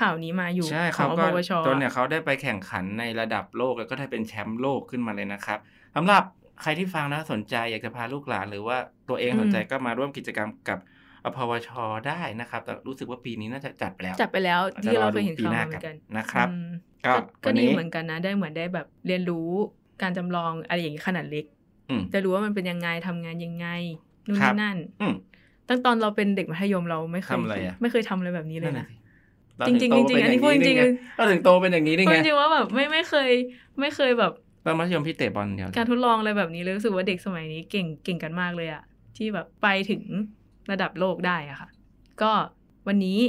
[SPEAKER 1] ข่าวนี้มาอยู่
[SPEAKER 2] ใช่
[SPEAKER 1] ขอ
[SPEAKER 2] เขา
[SPEAKER 1] งอ
[SPEAKER 2] ก็
[SPEAKER 1] ปวช
[SPEAKER 2] ตอนเนี่ยเขาได้ไปแข่งขันในระดับโลกแล้วก็ได้เป็นแชมป์โลกขึ้นมาเลยนะครับสำหรับใครที่ฟังนะสนใจอยากจะพาลูกหลาน หรือว่าตัวเองสนใจก็มาร่วมกิจกรรมกับอพวชได้นะครับแต่รู้สึกว่าปีนี้น่าจะจัดไปแล้ว
[SPEAKER 1] จัดไปแล้วที่เราเคยเห็น
[SPEAKER 2] ปี
[SPEAKER 1] ข่าว
[SPEAKER 2] หน้า
[SPEAKER 1] มาเหมือน น
[SPEAKER 2] กั
[SPEAKER 1] กัน
[SPEAKER 2] นะครับ
[SPEAKER 1] อืม
[SPEAKER 2] ก็
[SPEAKER 1] ก็ก็
[SPEAKER 2] วัน
[SPEAKER 1] ดี
[SPEAKER 2] นี้
[SPEAKER 1] เหมือนกันนะได้เหมือนได้แบบเรียนรู้การจำลองอะไรอย่างนี้ขนาดเล็ก
[SPEAKER 2] อืม
[SPEAKER 1] จะรู้ว่ามันเป็นยังไงทำงานยังไงนู่น
[SPEAKER 2] ครั
[SPEAKER 1] นี่
[SPEAKER 2] บ
[SPEAKER 1] นั่น
[SPEAKER 2] อืม
[SPEAKER 1] ตั้งตอนเราเป็นเด็กมัธยมเราไม่เคย
[SPEAKER 2] ทำอะไรอะ
[SPEAKER 1] ไม่เคยทำอะไรแบบนี้เลยนะ
[SPEAKER 2] นั่นน่ะสิ
[SPEAKER 1] จริงๆจริงๆอันนี้พูดจริงๆ
[SPEAKER 2] เราถึงโตเป็นอย่างนี้ได้
[SPEAKER 1] พูด
[SPEAKER 2] ไง
[SPEAKER 1] จริงๆว่าแบบไม่ไม่เคย ไม่เคยแบบ
[SPEAKER 2] ตอนมัธยมพี่เตะบอลเดียวเลย
[SPEAKER 1] การทดลองอะไรแบบนี้เลยรู้สึกว่าเด็กสมัยนี้เก่งเก่งกันมากเลยอะที่แบบไปถึงระดับโลกได้อะค่ะ ก็วันนี้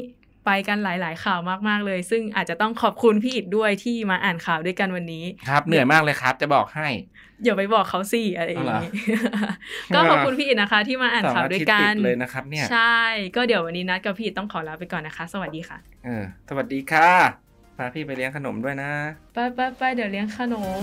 [SPEAKER 1] ไปกันหลาย ๆ ข่าวมากๆเลย ซึ่งอาจจะต้องขอบคุณพี่อิดด้วยที่มาอ่านข่าวด้วยกันวันนี้
[SPEAKER 2] ครับเหนื่อยมากเลยครับ จะบอกให้
[SPEAKER 1] อย่าไปบอกเขาสิอะไรอย่างนี้
[SPEAKER 2] เอา
[SPEAKER 1] ก็
[SPEAKER 2] ล่ะ
[SPEAKER 1] ขอบคุณพี่อิดนะคะ ที่มาอ่านข่าวด้วยกั
[SPEAKER 2] สอง
[SPEAKER 1] น
[SPEAKER 2] อทิตติเลยนะครับเนี่ย
[SPEAKER 1] ใช่ ก็เดี๋ยววันนี้นัดกับพี่อิดต้องขอลาไปก่อนนะคะ สวัสดีค่ะ
[SPEAKER 2] เออ สวัสดีค่ะ พาพี่ไปเลี้ยงขนมด้วยนะ
[SPEAKER 1] ไปไปไปเดี๋ยวเลี้ยงขนม